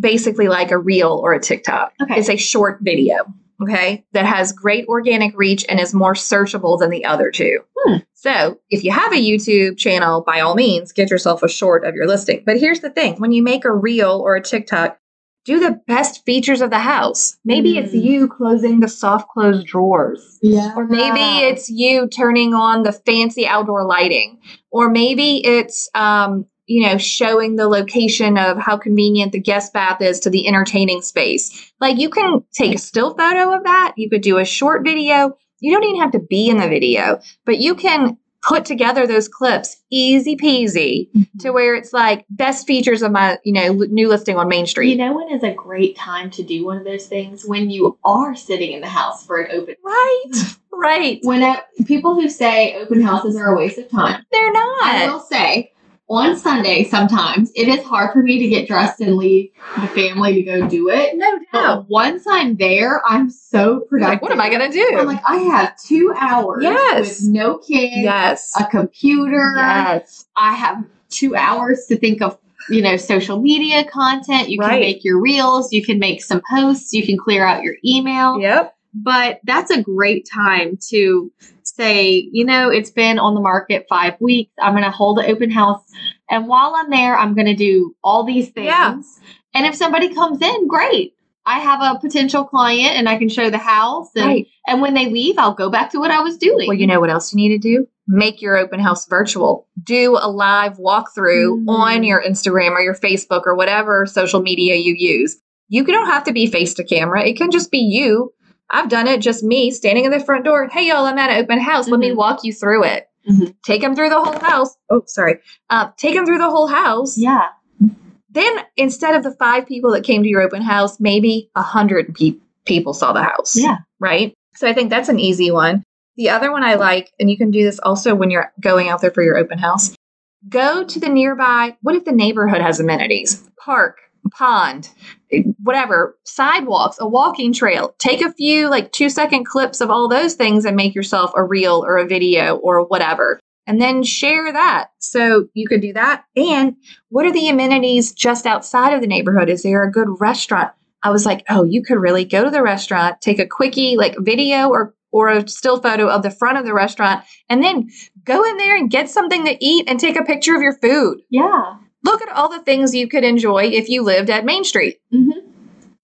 E: basically like a reel or a TikTok.
D: okay.
E: It's a short video, okay, that has great organic reach and is more searchable than the other two.
D: Hmm.
E: So if you have a YouTube channel, by all means, get yourself a short of your listing. But here's the thing when you make a reel or a TikTok, do the best features of the house. Maybe it's
D: Hmm.
E: you closing the soft close drawers.
D: yeah.
E: Or
D: Uh-huh.
E: maybe it's you turning on the fancy outdoor lighting. Or maybe it's, um, you know, showing the location of how convenient the guest bath is to the entertaining space. Like you can take a still photo of that. You could do a short video. You don't even have to be in the video, but you can put together those clips easy peasy
D: Mm-hmm.
E: to where it's like best features of my, you know, l- new listing on Main Street.
D: You know when is a great time to do one of those things when you are sitting in the house for an open.
E: Right, right.
D: When I, people who say open houses are a waste of time,
E: They're
D: I
E: not.
D: will say on Sunday sometimes it is hard for me to get dressed and leave the family to go do it.
E: No
D: But
E: doubt.
D: once I'm there, I'm so productive.
E: Like, what am I going to do?
D: I'm like, I have two hours
E: Yes.
D: with no kids,
E: Yes.
D: a computer.
E: Yes.
D: I have two hours to think of, you know, social media content. You
E: Right.
D: can make your reels, you can make some posts, you can clear out your email
E: Yep.
D: but that's a great time to say, you know, it's been on the market five weeks. I'm going to hold an open house. And while I'm there, I'm going to do all these things.
E: Yeah.
D: And if somebody comes in, great. I have a potential client and I can show the house. And,
E: Right.
D: and when they leave, I'll go back to what I was doing.
E: Well, you know what else you need to do? Make your open house virtual. Do a live walkthrough
D: Mm.
E: on your Instagram or your Facebook or whatever social media you use. You don't have to be face to camera. It can just be you. I've done it, just me standing at the front door. Hey, y'all, I'm at an open house. Let me
D: Mhm.
E: walk you through it.
D: Mhm.
E: Take them through the whole house. Oh, sorry. Uh, take them through the whole house.
D: yeah.
E: Then instead of the five people that came to your open house, maybe a hundred pe- people saw the house.
D: Yeah.
E: Right. So I think that's an easy one. The other one I like, and you can do this also when you're going out there for your open house, go to the nearby, what if the neighborhood has amenities? Park, pond, whatever, sidewalks, a walking trail. Take a few like two second clips of all those things and make yourself a reel or a video or whatever. And then share that. So you could do that. And what are the amenities just outside of the neighborhood? Is there a good restaurant? I was like, oh, you could really go to the restaurant, take a quickie like video or or a still photo of the front of the restaurant, and then go in there and get something to eat and take a picture of your food.
D: Yeah.
E: Look at all the things you could enjoy if you lived at Main Street.
D: Mhm.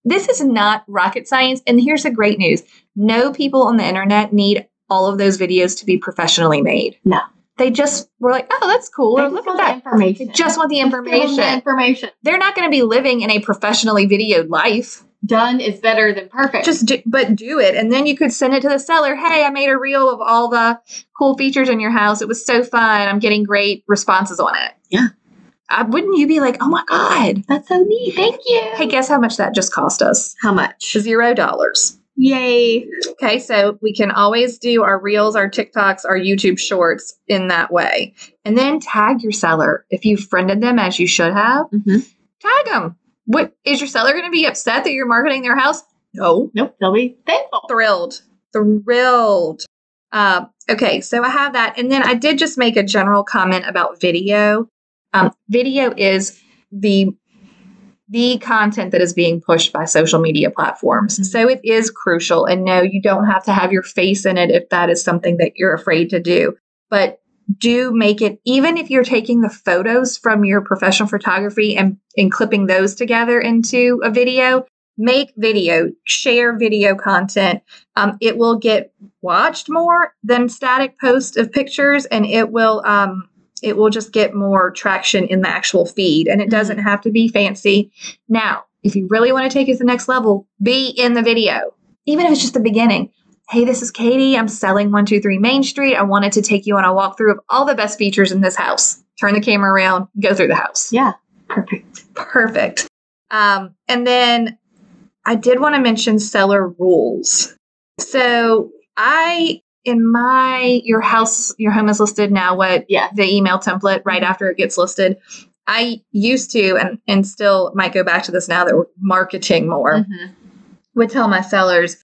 E: This is not rocket science. And here's the great news no people on the internet need all of those videos to be professionally made.
D: No.
E: They just were like, oh, that's cool.
D: They
E: Or
D: just
E: look at
D: want the
E: that. They
D: information.
E: just want the
D: Just give them the
E: information
D: information.
E: they're not going to be living in a professionally videoed life.
D: Done is better than perfect.
E: Just do, but do it, and then you could send it to the seller. Hey, I made a reel of all the cool features in your house. It was so fun. I'm getting great responses on it.
D: Yeah.
E: Uh, wouldn't you be like, oh my God?
D: That's so neat. Thank you.
E: Hey, guess how much that just cost us?
D: How much?
E: Zero dollars.
D: Yay.
E: Okay, so we can always do our reels, our TikToks, our YouTube shorts in that way. And then tag your seller. If you friended them as you should have,
D: Mhm.
E: tag them. What is your seller going to be upset that you're marketing their house? No.
D: Nope. They'll be thankful.
E: Thrilled. Thrilled. Uh, okay, so I have that. And then I did just make a general comment about video. Um, video is the the content that is being pushed by social media platforms. So it is crucial. And no, you don't have to have your face in it if that is something that you're afraid to do. But do make it, even if you're taking the photos from your professional photography and, and clipping those together into a video, make video, share video content. Um, it will get watched more than static posts of pictures and it will um, it will just get more traction in the actual feed and it doesn't have to be fancy now if you really want to take it to the next level be in the video even if it's just the beginning hey this is katie i'm selling 123 main street i wanted to take you on a walkthrough of all the best features in this house turn the camera around go through the house
D: Yeah.
E: perfect perfect um, and then i did want to mention seller rules so I in my your house your home is listed now what
D: Yeah.
E: the email template right after it gets listed. I used to and and still might go back to this now that we're marketing more
D: Mm. Mm-hmm.
E: would tell my sellers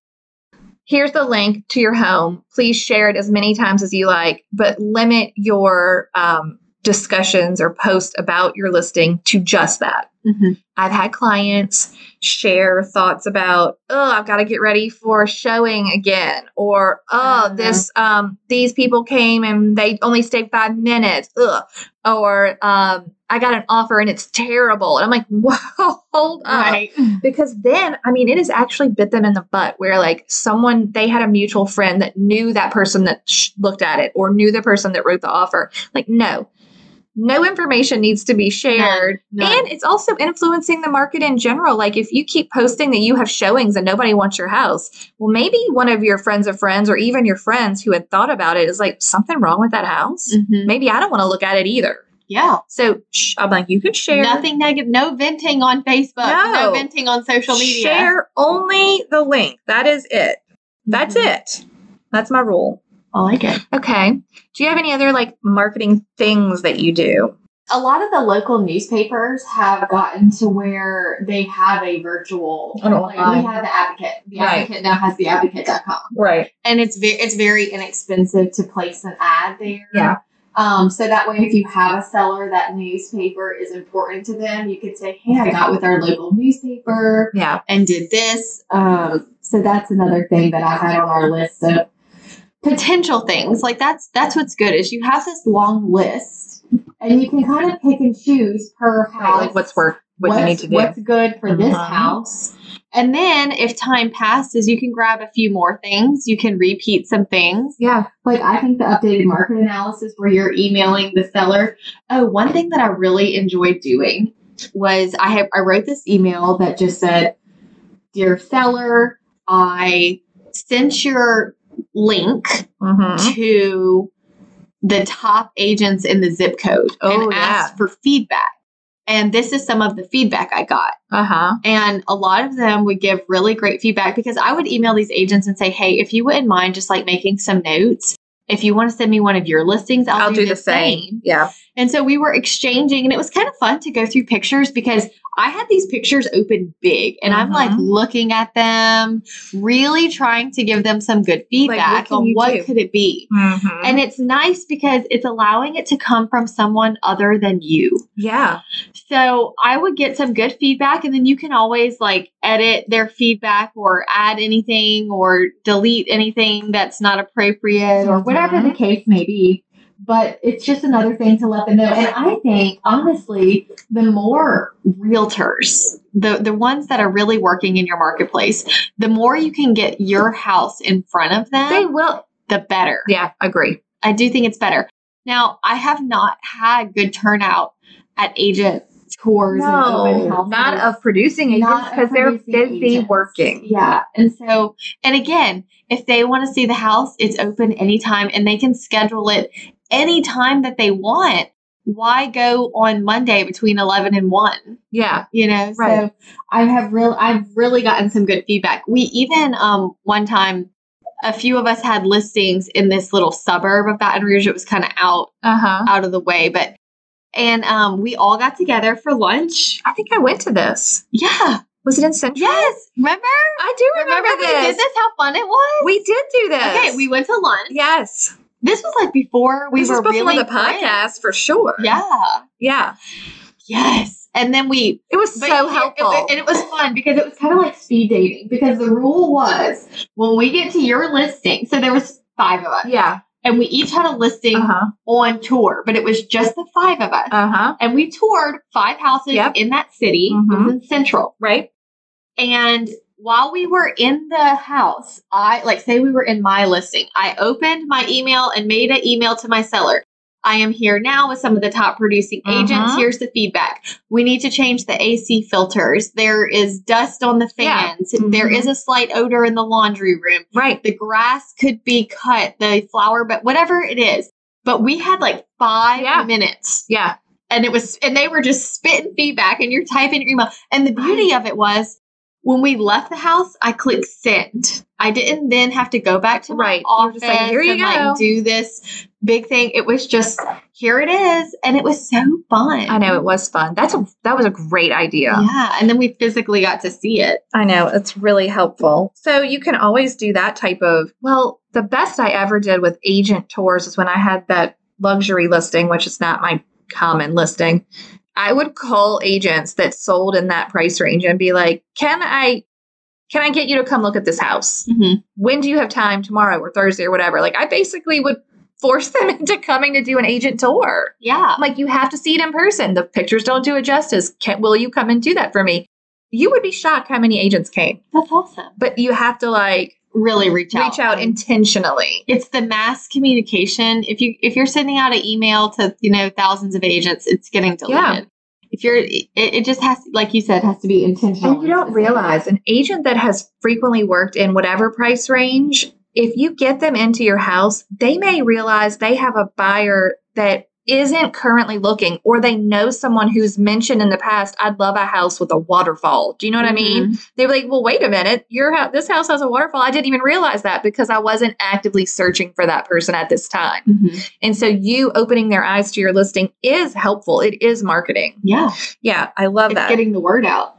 E: here's the link to your home please share it as many times as you like but limit your um, discussions or posts about your listing to just that
D: Mhm.
E: i've had clients share thoughts about oh i've got to get ready for showing again or oh
D: Mhm.
E: this um, these people came and they only stayed five minutes Ugh. or um, i got an offer and it's terrible and i'm like whoa hold up
D: Right.
E: because then i mean it has actually bit them in the butt where like someone they had a mutual friend that knew that person that sh- looked at it or knew the person that wrote the offer like no no information needs to be shared
D: None.
E: and it's also influencing the market in general like if you keep posting that you have showings and nobody wants your house well maybe one of your friends of friends or even your friends who had thought about it is like something wrong with that house
D: Mhm.
E: maybe i don't want to look at it either
D: Yeah.
E: so sh- i'm like you can share
D: Nothing negative. No venting on Facebook.
E: No.
D: No, venting on social media.
E: Share only the link. That is it. That's
D: Mm-hmm.
E: it. That's my rule.
D: I like it.
E: Mm-hmm. Okay. Do you have any other like marketing things that you do?
D: A lot of the local newspapers have gotten to where they have a virtual.
E: I don't
D: Like
E: lie.
D: we have the advocate. The
E: Right.
D: advocate now has the advocate.com.
E: Right.
D: and it's very it's very inexpensive to place an ad there.
E: Yeah.
D: Um, so that way, if you have a seller, that newspaper is important to them. You could say, "Hey, I got with our local newspaper
E: Yeah.
D: and did this." Um, so that's another thing that I had on our list of potential things. Like that's that's what's good is you have this long list, and you can kind of pick and choose per
E: Right.
D: house
E: Like what's work? What you need to do?
D: what's good for this
E: Uh-huh.
D: house. And then if time passes, you can grab a few more things. You can repeat some things.
E: Yeah.
D: Like I think the updated market analysis where you're emailing the seller. Oh, one thing that I really enjoyed doing was I have I wrote this email that just said, Dear seller, I sent your link
E: Mm-hmm.
D: to the top agents in the zip code
E: Oh,
D: and asked for feedback. And this is some of the feedback I got.
E: Uh huh.
D: And a lot of them would give really great feedback because I would email these agents and say, hey, if you wouldn't mind just like making some notes, if you want to send me one of your listings, I'll, do, the same.
E: Yeah.
D: And so we were exchanging, and it was kind of fun to go through pictures because I had these pictures open big, and I'm like
E: Mhm.
D: looking at them, really trying to give them some good
E: what
D: feedback
E: can
D: on
E: you
D: what
E: do?
D: could it be.
E: Mm-hmm.
D: And it's nice because it's allowing it to come from someone other than you.
E: yeah.
D: So I would get some good feedback, and then you can always like edit their feedback or add anything or delete anything that's not appropriate or whatever
E: Mhm.
D: the case may be. But it's just another thing to let them know. And I think, honestly, the more realtors, the, the ones that are really working in your marketplace, the more you can get your house in front of them,
E: They will.
D: the better.
E: Yeah. Agree.
D: I do think it's better. Now, I have not had good turnout at agent tours and open houses.
E: not of producing agents
D: Not of
E: because they're
D: producing
E: busy
D: agents.
E: working.
D: Yeah. And so, and again, if they want to see the house, it's open anytime and they can schedule it anytime that they want. why go on Monday between 11 and 1?
E: Yeah.
D: You know,
E: Right.
D: so I have real I've really gotten some good feedback. We even um one time a few of us had listings in this little suburb of Baton Rouge. It was kind of out
E: Uh huh.
D: out of the way, but and um we all got together for lunch.
E: I think I went to this.
D: Yeah.
E: Was it in Central?
D: Yes. Remember?
E: I do remember,
D: Remember we did
E: this.
D: this how fun it was?
E: We did do this.
D: Okay, we went to lunch.
E: Yes.
D: This was like before we
E: this
D: were
E: is before
D: really
E: the podcast
D: friends.
E: for sure.
D: Yeah.
E: Yeah.
D: Yes. And then we
E: It was
D: But
E: so
D: it-
E: helpful.
D: It, and it was fun because it was kind of like speed dating because the rule was when we get to your listing, so there was five of us
E: yeah.
D: and we each had a listing
E: Uh huh.
D: on tour, but it was just the five of us.
E: Uh huh.
D: and we toured five houses
E: Yep. Mm-hmm.
D: in that city. It was in Central.
E: Right.
D: And while we were in the house, I like say we were in my listing, I opened my email and made an email to my seller. I am here now with some of the top producing agents.
E: Mhm.
D: Here's the feedback. We need to change the AC filters. There is dust on the
E: Yeah.
D: fans. There
E: Mhm.
D: is a slight odor in the laundry room.
E: Right.
D: The grass could be cut, the flower, but whatever it is. But we had like five
E: Yeah.
D: minutes
E: Yeah.
D: and it was and they were just spitting feedback and you're typing your email and the beauty of it was when we left the house i clicked send i didn't then have to go back to my
E: Right. You were
D: office
E: just like, "Here you
D: and
E: go."
D: like do this big thing it was just here it is and it was so fun
E: I know it was fun. That's a that was a great idea.
D: yeah and then we physically got to see it
E: I know it's really helpful. So you can always do that type of. Well, the best I ever did with agent tours is when I had that luxury listing, which is not my common listing. I would call agents that sold in that price range and be like, "Can I can I get you to come look at this house?
D: Mhm.
E: When do you have time tomorrow or Thursday or whatever?" Like I basically would force them into coming to do an agent tour.
D: yeah
E: I'm like, you have to see it in person. The pictures don't do it justice. Can, will you come and do that for me? You would be shocked how many agents came,
D: that's awesome
E: but you have to like
D: really reach out
E: reach out
D: and
E: intentionally.
D: it's the mass communication if you if you're sending out an email to you know thousands of agents it's getting deleted
E: Yeah.
D: if you're it, it just has like you said has to be intentional
E: And you don't realize an agent that has frequently worked in whatever price range, if you get them into your house, they may realize they have a buyer that isn't currently looking or they know someone who's mentioned in the past, I'd love a house with a waterfall. Do you know what I mean? they were like, "Well, wait a minute. Your house, this house has a waterfall. I didn't even realize that because I wasn't actively searching for that person at this time."
D: Mhm.
E: And so, you opening their eyes to your listing is helpful. It is marketing.
D: yeah
E: Yeah, I love
D: it's
E: that.
D: getting the word out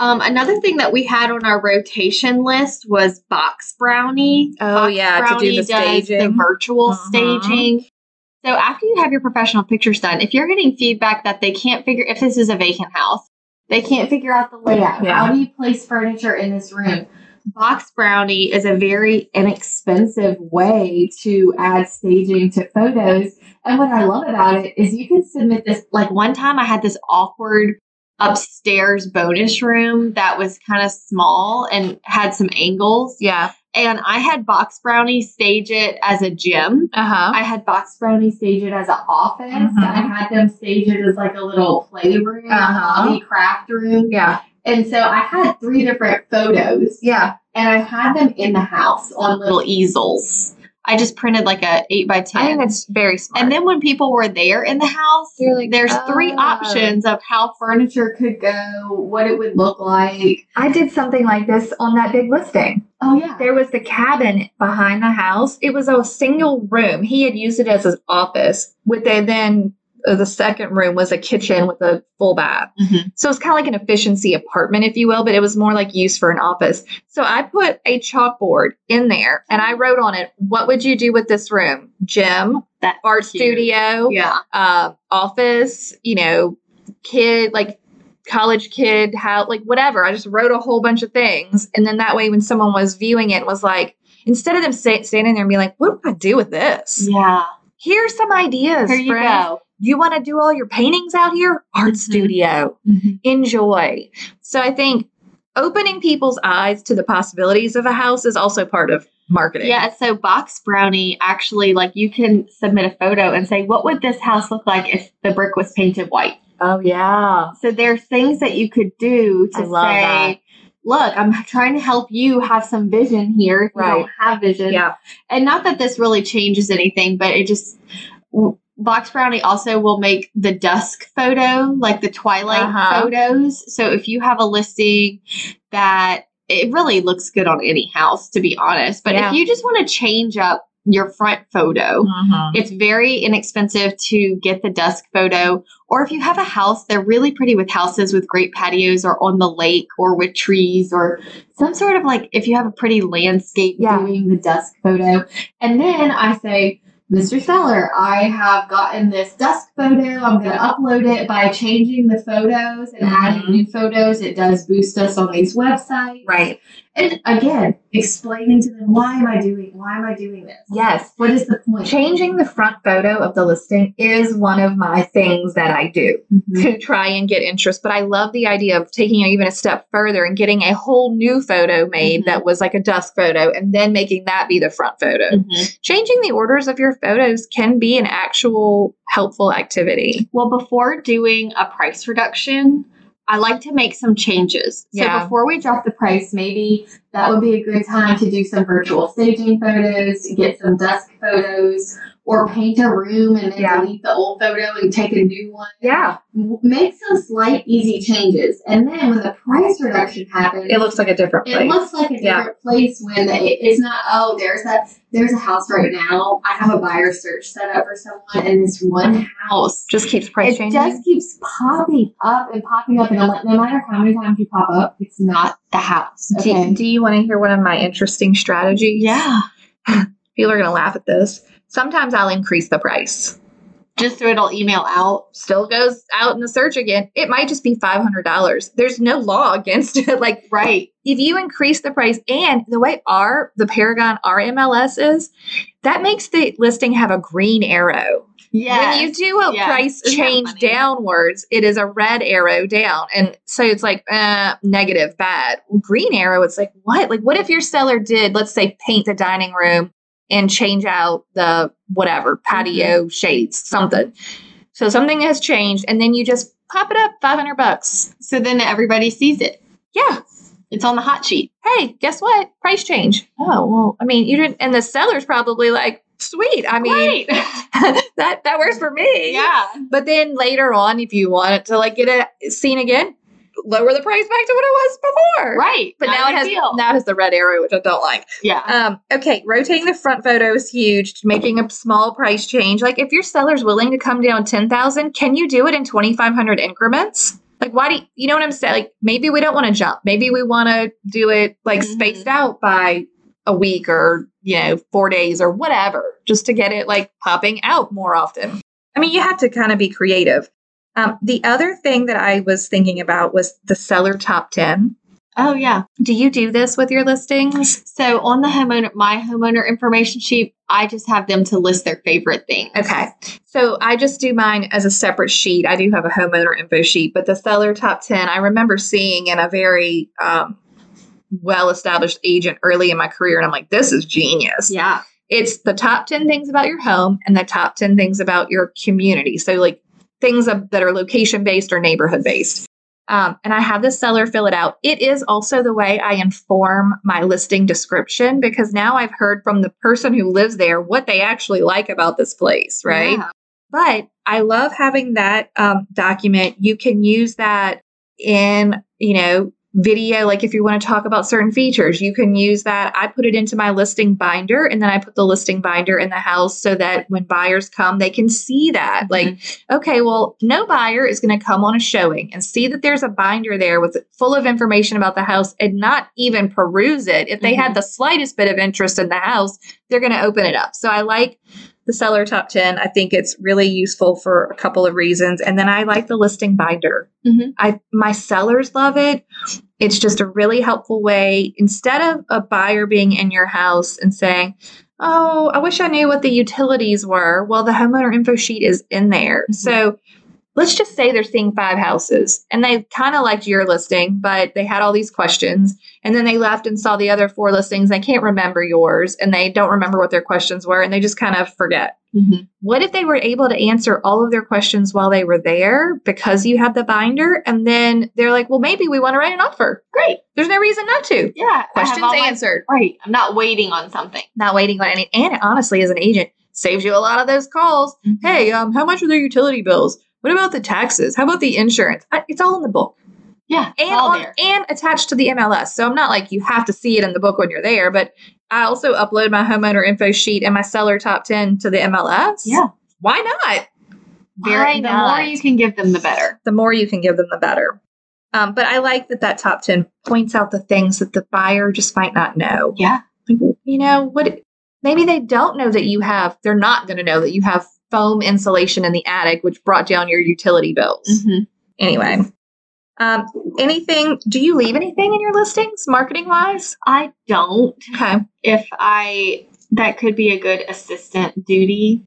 D: um, another thing that we had on our rotation list was box brownie
E: Oh,
D: Box
E: yeah, to do the
D: does the
E: staging.
D: virtual
E: Mhm.
D: staging so after you have your professional pictures done if you're getting feedback that they can't figure if this is a vacant house they can't figure out the layout
E: Yeah.
D: how do you place furniture in this room box brownie is a very inexpensive way to add staging to photos and what I love about it is you can submit this. Like one time I had this awkward upstairs bonus room that was kind of small and had some angles.
E: yeah.
D: And I had Box Brownie stage it as a gym.
E: Uh huh.
D: I had Box Brownie stage it as an office.
E: Mhm.
D: I had them stage it as like a little playroom,
E: Uh-huh.
D: hobby craft room.
E: Yeah.
D: And so I had three different photos
E: Yeah.
D: and I had them in the house on little easels. I just printed like a eight by ten.
E: I think that's very smart.
D: And then when people were there in the house,
E: They're like,
D: there's three
E: "Oh."
D: options of how furniture could go, what it would look like.
E: I did something like this on that big listing.
D: Oh yeah.
E: There was the cabin behind the house. It was a single room. He had used it as his office. With a then uh, the second room was a kitchen with a full bath.
D: Mhm.
E: So it's kind of like an efficiency apartment, if you will, but it was more like used for an office. So I put a chalkboard in there and I wrote on it, "What would you do with this room? Gym,
D: That
E: art studio,
D: Yeah.
E: uh, office, you know, kid, like college kid, how, like whatever. I just wrote a whole bunch of things. And then that way, when someone was viewing it, was like, instead of them sta- standing there and being like, what do I do with this?
D: Yeah.
E: Here's some ideas.
D: Here you
E: friends.
D: go.
E: You want to do all your paintings out here? Art
D: Mhm.
E: studio. Enjoy. So I think opening people's eyes to the possibilities of a house is also part of marketing.
D: Yeah, so box brownie actually like you can submit a photo and say what would this house look like if the brick was painted white.
E: Oh, yeah.
D: So there are things that you could do to
E: I love
D: say,
E: that.
D: look, I'm trying to help you have some vision here if you
E: Right.
D: don't have vision.
E: Yeah.
D: and not that this really changes anything, but it just Box Brownie also will make the dusk photo, like the twilight
E: Uh-huh.
D: photos. So if you have a listing that it really looks good on any house, to be honest. But
E: Yeah.
D: if you just want to change up your front photo,
E: Mm-hmm.
D: it's very inexpensive to get the dusk photo. Or if you have a house, they're really pretty with houses with great patios or on the lake or with trees or some sort of like if you have a pretty landscape
E: Yeah.
D: doing the dusk photo. And then I say, Mr. Seller, I have gotten this dusk photo. I'm going to upload it by changing the photos and adding new photos. It does boost us on these websites.
E: Mm-hmm. Right.
D: And again, explaining to them why am I doing why am I doing this?
E: Yes.
D: What is the point?
E: Changing the front photo of the listing is one of my things that I do
D: Mm-hmm.
E: to try and get interest. But I love the idea of taking it even a step further and getting a whole new photo made
D: Mhm.
E: that was like a dusk photo and then making that be the front photo.
D: Mhm.
E: Changing the orders of your photos can be an actual helpful activity.
D: Well, before doing a price reduction, I like to make some changes. So
E: Yeah.
D: before we drop the price, maybe that would be a good time to do some virtual staging photos, get some desk photos, or paint a room and then
E: Yeah.
D: delete the old photo and take a new one.
E: Yeah.
D: W- Make some slight, easy changes. And then when the price reduction happens,
E: It looks like a different
D: it
E: place.
D: looks like a
E: Yeah.
D: different place when it, it's not. Oh, there's that. There's a house right now. I have a buyer search set up for someone, and this one house
E: Just keeps price
D: it
E: changing.
D: just keeps popping up and popping up, and I'm like, no matter how many times you pop up, it's not the house.
E: Do-
D: Okay.
E: Do, you want to hear one of my interesting strategies?
D: yeah,
E: People are going to laugh at this. Sometimes I'll increase the price.
D: just so it'll email out.
E: Still goes out in the search again. It might just be $500. There's no law against it. Like,
D: Right.
E: if you increase the price and the way our, the Paragon, our MLS is, that makes the listing have a green arrow.
D: Yeah.
E: When you do a
D: Yes.
E: price
D: Isn't that
E: change
D: funny?
E: downwards, it is a red arrow down. And so it's like uh, negative, bad. Well, green arrow, it's like, what? Like, what if your seller did, let's say, paint the dining room and change out the whatever patio
D: Mm-hmm.
E: shades, something. So something has changed, and then you just pop it up 500 bucks.
D: so then everybody sees it.
E: Yeah.
D: It's on the hot sheet.
E: Hey, guess what? Price change. Oh, well, I mean, you didn't, and the seller's probably like, sweet. I mean, that, that works for me.
D: yeah.
E: But then later on, if you want it to like get it seen again, lower the price back to what it was before.
D: Right.
E: But now
D: Not a
E: it has
D: deal.
E: now it has the red arrow, which I don't like.
D: yeah.
E: Um, okay, rotating the front photo is huge. Making a small price change, like if your seller's willing to come down ten thousand, can you do it in twenty five hundred increments? Like, why do you, you know what I'm saying? Like, maybe we don't want to jump. Maybe we want to do it like
D: Mhm.
E: spaced out by a week or you know four days or whatever, just to get it like popping out more often. I mean, you have to kind of be creative. Um, the other thing that I was thinking about was the seller top ten.
D: Oh yeah.
E: Do you do this with your listings?
D: So on the homeowner, my homeowner information sheet, I just have them to list their favorite thing.
E: Okay. So I just do mine as a separate sheet. I do have a homeowner info sheet, but the seller top 10, I remember seeing in a very um, well established agent early in my career. And I'm like, this is genius.
D: Yeah.
E: It's the top 10 things about your home and the top 10 things about your community. So, like things of, that are location based or neighborhood based. Um, and I have the seller fill it out. It is also the way I inform my listing description because now I've heard from the person who lives there what they actually like about this place, right?
D: Yeah.
E: But I love having that um, document. You can use that in, you know, video. Like if you want to talk about certain features, you can use that. I put it into my listing binder and then I put the listing binder in the house so that when buyers come, they can see that. Like, okay, well, no buyer is going to come on a showing and see that there's a binder there with full of information about the house and not even peruse it. If they had the slightest bit of interest in the house, they're going to open it up. So I like the seller top 10 i think it's really useful for a couple of reasons and then i like the listing binder
D: Mhm.
E: i my sellers love it it's just a really helpful way instead of a buyer being in your house and saying oh i wish i knew what the utilities were well the homeowner info sheet is in there
D: Mhm.
E: so let's just say they're seeing five houses and they kind of liked your listing but they had all these questions and then they left and saw the other four listings. They can't remember yours and they don't remember what their questions were and they just kind of forget.
D: Mhm.
E: What if they were able to answer all of their questions while they were there because you had the binder? And then they're like, well, maybe we want to write an offer.
D: Great.
E: There's no reason not to.
D: Yeah. I have
E: Questions
D: all my-
E: answered.
D: right. I'm not waiting on something.
E: Not waiting on any. And honestly, as an agent, Saves you a lot of those calls.
D: Mm-hmm.
E: Hey, um, how much are their utility bills? What about the taxes? How about the insurance? I, it's all in the book
D: Yeah, it's
E: and
D: all
E: on,
D: there.
E: and attached to the MLS. So I'm not like you have to see it in the book when you're there, but I also upload my homeowner info sheet and my seller top ten to the MLS.
D: Yeah.
E: why not?
D: Very- the more you can give them, the better.
E: The more you can give them, the better. Um, but I like that that top ten points out the things that the buyer just might not know.
D: Yeah.
E: Like, you know what? Maybe they don't know that you have. They're not going to know that you have foam insulation in the attic, which brought down your utility bills
D: Mm-hmm.
E: anyway um, anything do you leave anything in your listings marketing wise
D: I don't.
E: okay
D: If I that could be a good assistant duty,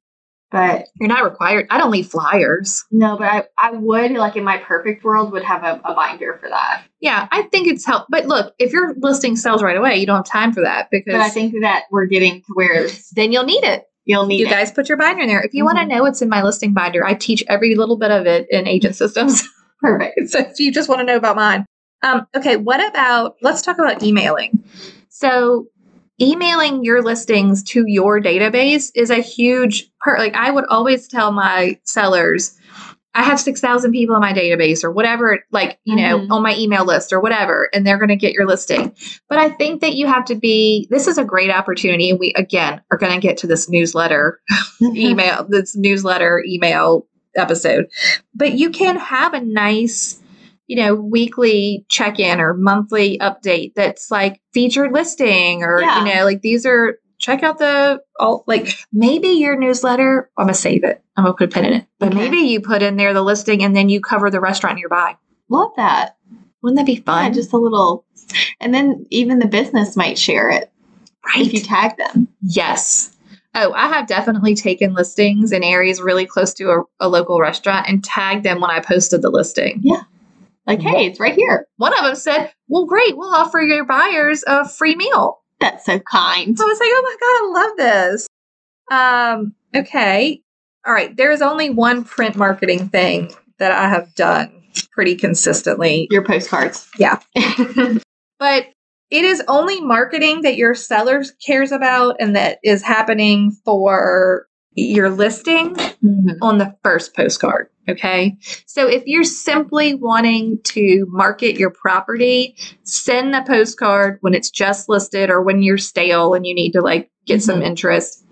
D: but
E: you're not required i don't leave flyers
D: no. But I I would like in my perfect world would have a, a binder for that.
E: yeah i think it's help but look if your listing sells right away you don't have time for that because
D: But I think that we're getting to where
E: then you'll need it
D: you'll need
E: you
D: it.
E: guys put your binder in there if you want to know what's in my listing binder i teach every little bit of it in agent systems
D: Perfect.
E: so if you just want to know about mine um, okay what about let's talk about emailing so emailing your listings to your database is a huge part like i would always tell my sellers i have 6000 people in my database or whatever like you
D: Mhm.
E: know on my email list or whatever and they're going to get your listing but i think that you have to be this is a great opportunity and we again are going to get to this newsletter email this newsletter email episode but you can have a nice you know weekly check-in or monthly update that's like featured listing or you
D: Yeah.
E: know like these are check out the all like maybe your newsletter i'm gonna save it i'm gonna put a pin in it but
D: Okay.
E: maybe you put in there the listing and then you cover the restaurant nearby
D: Love that.
E: wouldn't that be fun
D: Yeah, just a little. And then even the business might share it if you tag them.
E: Yes. Oh, I have definitely taken listings in areas really close to a, a local restaurant and tagged them when I posted the listing.
D: Like, hey, it's right here.
E: One of them said, Well, great, we'll offer your buyers a free meal.
D: That's so kind.
E: So I was like, Oh my God, I love this. Um, okay. All right. There is only one print marketing thing that I have done pretty consistently
D: Your postcards. Mm-hmm.
E: Yeah.
D: That's
E: but it is only marketing that your seller cares about and that is happening for your listing on the first postcard. Okay. So if you're simply wanting to market your property, send the postcard when it's just listed or when you're stale and you need to like get some interest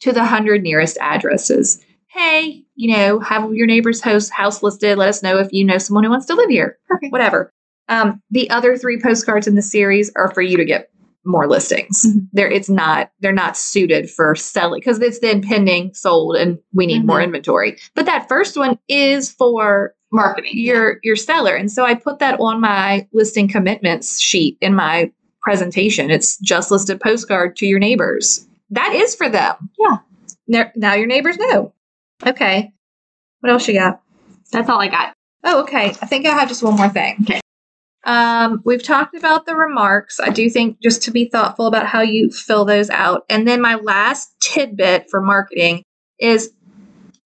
E: to the 100 nearest addresses. Hey, you know, have your neighbor's house house listed. Let us know if you know someone who wants to live here.
D: Perfect.
E: Whatever. Um, the other three postcards in the series are for you to get more listings.
D: Mhm.
E: There, it's not they're not suited for selling because it's then pending, sold, and we need more inventory. But that first one is for
D: Marketing.
E: your your seller, and so I put that on my listing commitments sheet in my presentation. It's just listed postcard to your neighbors. That is for them.
D: Yeah.
E: Now, now your neighbors know. Okay. What else you got?
D: That's all I got.
E: Oh, okay. I think I have just one more thing.
D: Okay.
E: Um, we've talked about the remarks. I do think just to be thoughtful about how you fill those out. And then my last tidbit for marketing is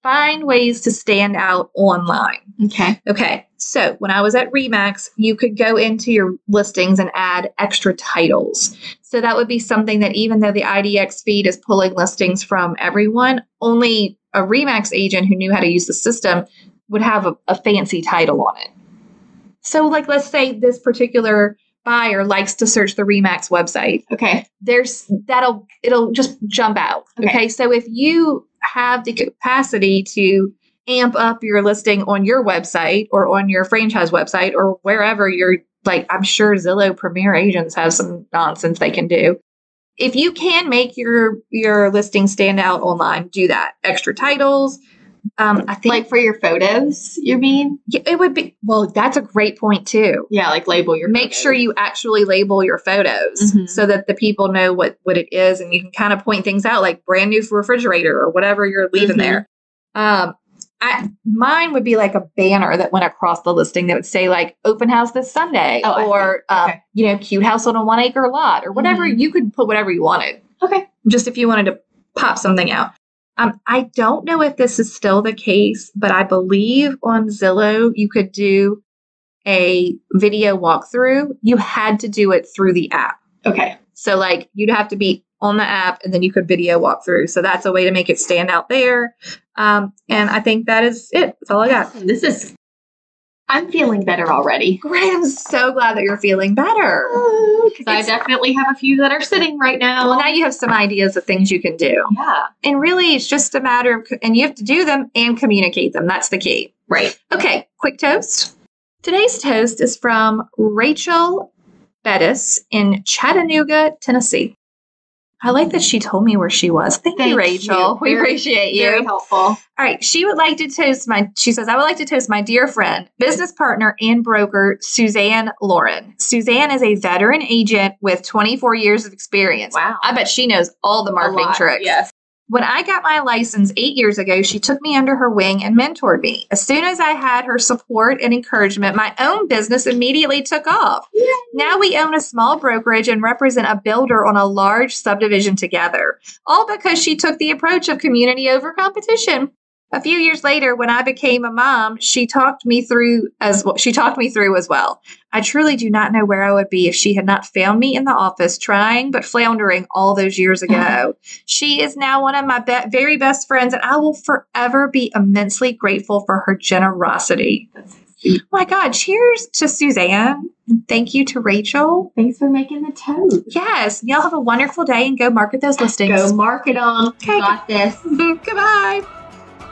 E: find ways to stand out online.
D: Okay.
E: Okay. So when I was at Remax, you could go into your listings and add extra titles. So that would be something that even though the IDX feed is pulling listings from everyone, only a Remax agent who knew how to use the system would have a, a fancy title on it. So, like, let's say this particular buyer likes to search the Remax website
D: Okay.
E: there's that'll it'll just jump out. Okay.
D: Okay.
E: So if you have the capacity to amp up your listing on your website or on your franchise website or wherever you're like, I'm sure Zillow Premier Agents have some nonsense they can do. If you can make your your listing stand out online, do that. Extra titles. Um, I think
D: Like for your photos, you mean?
E: Yeah, it would be well. That's a great point too
D: Yeah, like label your
E: make sure you actually label your photos
D: Mhm.
E: so that the people know what what it is and you can kind of point things out like brand new refrigerator or whatever you're leaving
D: Mhm.
E: there um I, mine would be like a banner that went across the listing that would say like open house this sunday
D: Oh, I see.
E: or um,
D: Okay.
E: you know cute house on a one acre lot or whatever you could put whatever you wanted
D: Okay.
E: just if you wanted to pop something out um, i don't know if this is still the case but i believe on zillow you could do a video walkthrough, you had to do it through the app.
D: Okay.
E: So like you'd have to be on the app, and then you could video walk through. So that's a way to make it stand out there. Um, and I think that is it. That's all I got.
D: This is. I'm feeling better already.
E: Great. I'm so glad that you're feeling better.
D: Because I
E: Oh, It's-
D: definitely have a few that are sitting right
E: Well,
D: now.
E: now you have some ideas of things you can do.
D: Yeah.
E: And really, it's just a matter of, and you have to do them and communicate them. That's the key.
D: Right.
E: Okay, quick toast. Today's toast is from Rachel Bettis in Chattanooga, Tennessee. I like that she told me where she was. Thank,
D: Thank
E: you, Rachel.
D: you.
E: We
D: Very-
E: appreciate you.
D: Very helpful.
E: All right, she would like to toast my, she says, I would like to toast my dear friend, business partner, and broker, Suzanne Lauren. Suzanne is a veteran agent with 24 years of experience.
D: Wow.
E: I bet she knows all the marketing
D: A lot,
E: tricks.
D: Yes.
E: When I got my license eight years ago, she took me under her wing and mentored me. As soon as I had her support and encouragement, my own business immediately took off. Now we own a small brokerage and represent a builder on a large subdivision together, all because she took the approach of community over competition. A few years later, when I became a mom, she talked me through as well. She talked me through as well. I truly do not know where I would be if she had not found me in the office, trying but floundering all those years ago. She is now one of my be- very best friends, and I will forever be immensely grateful for her generosity. Oh my God, cheers to Suzanne. And thank you to Rachel.
D: Thanks for making the toast.
E: Yes, y'all have a wonderful day and go market those listings.
D: Go market on.
E: Okay.
D: Got this.
E: Goodbye.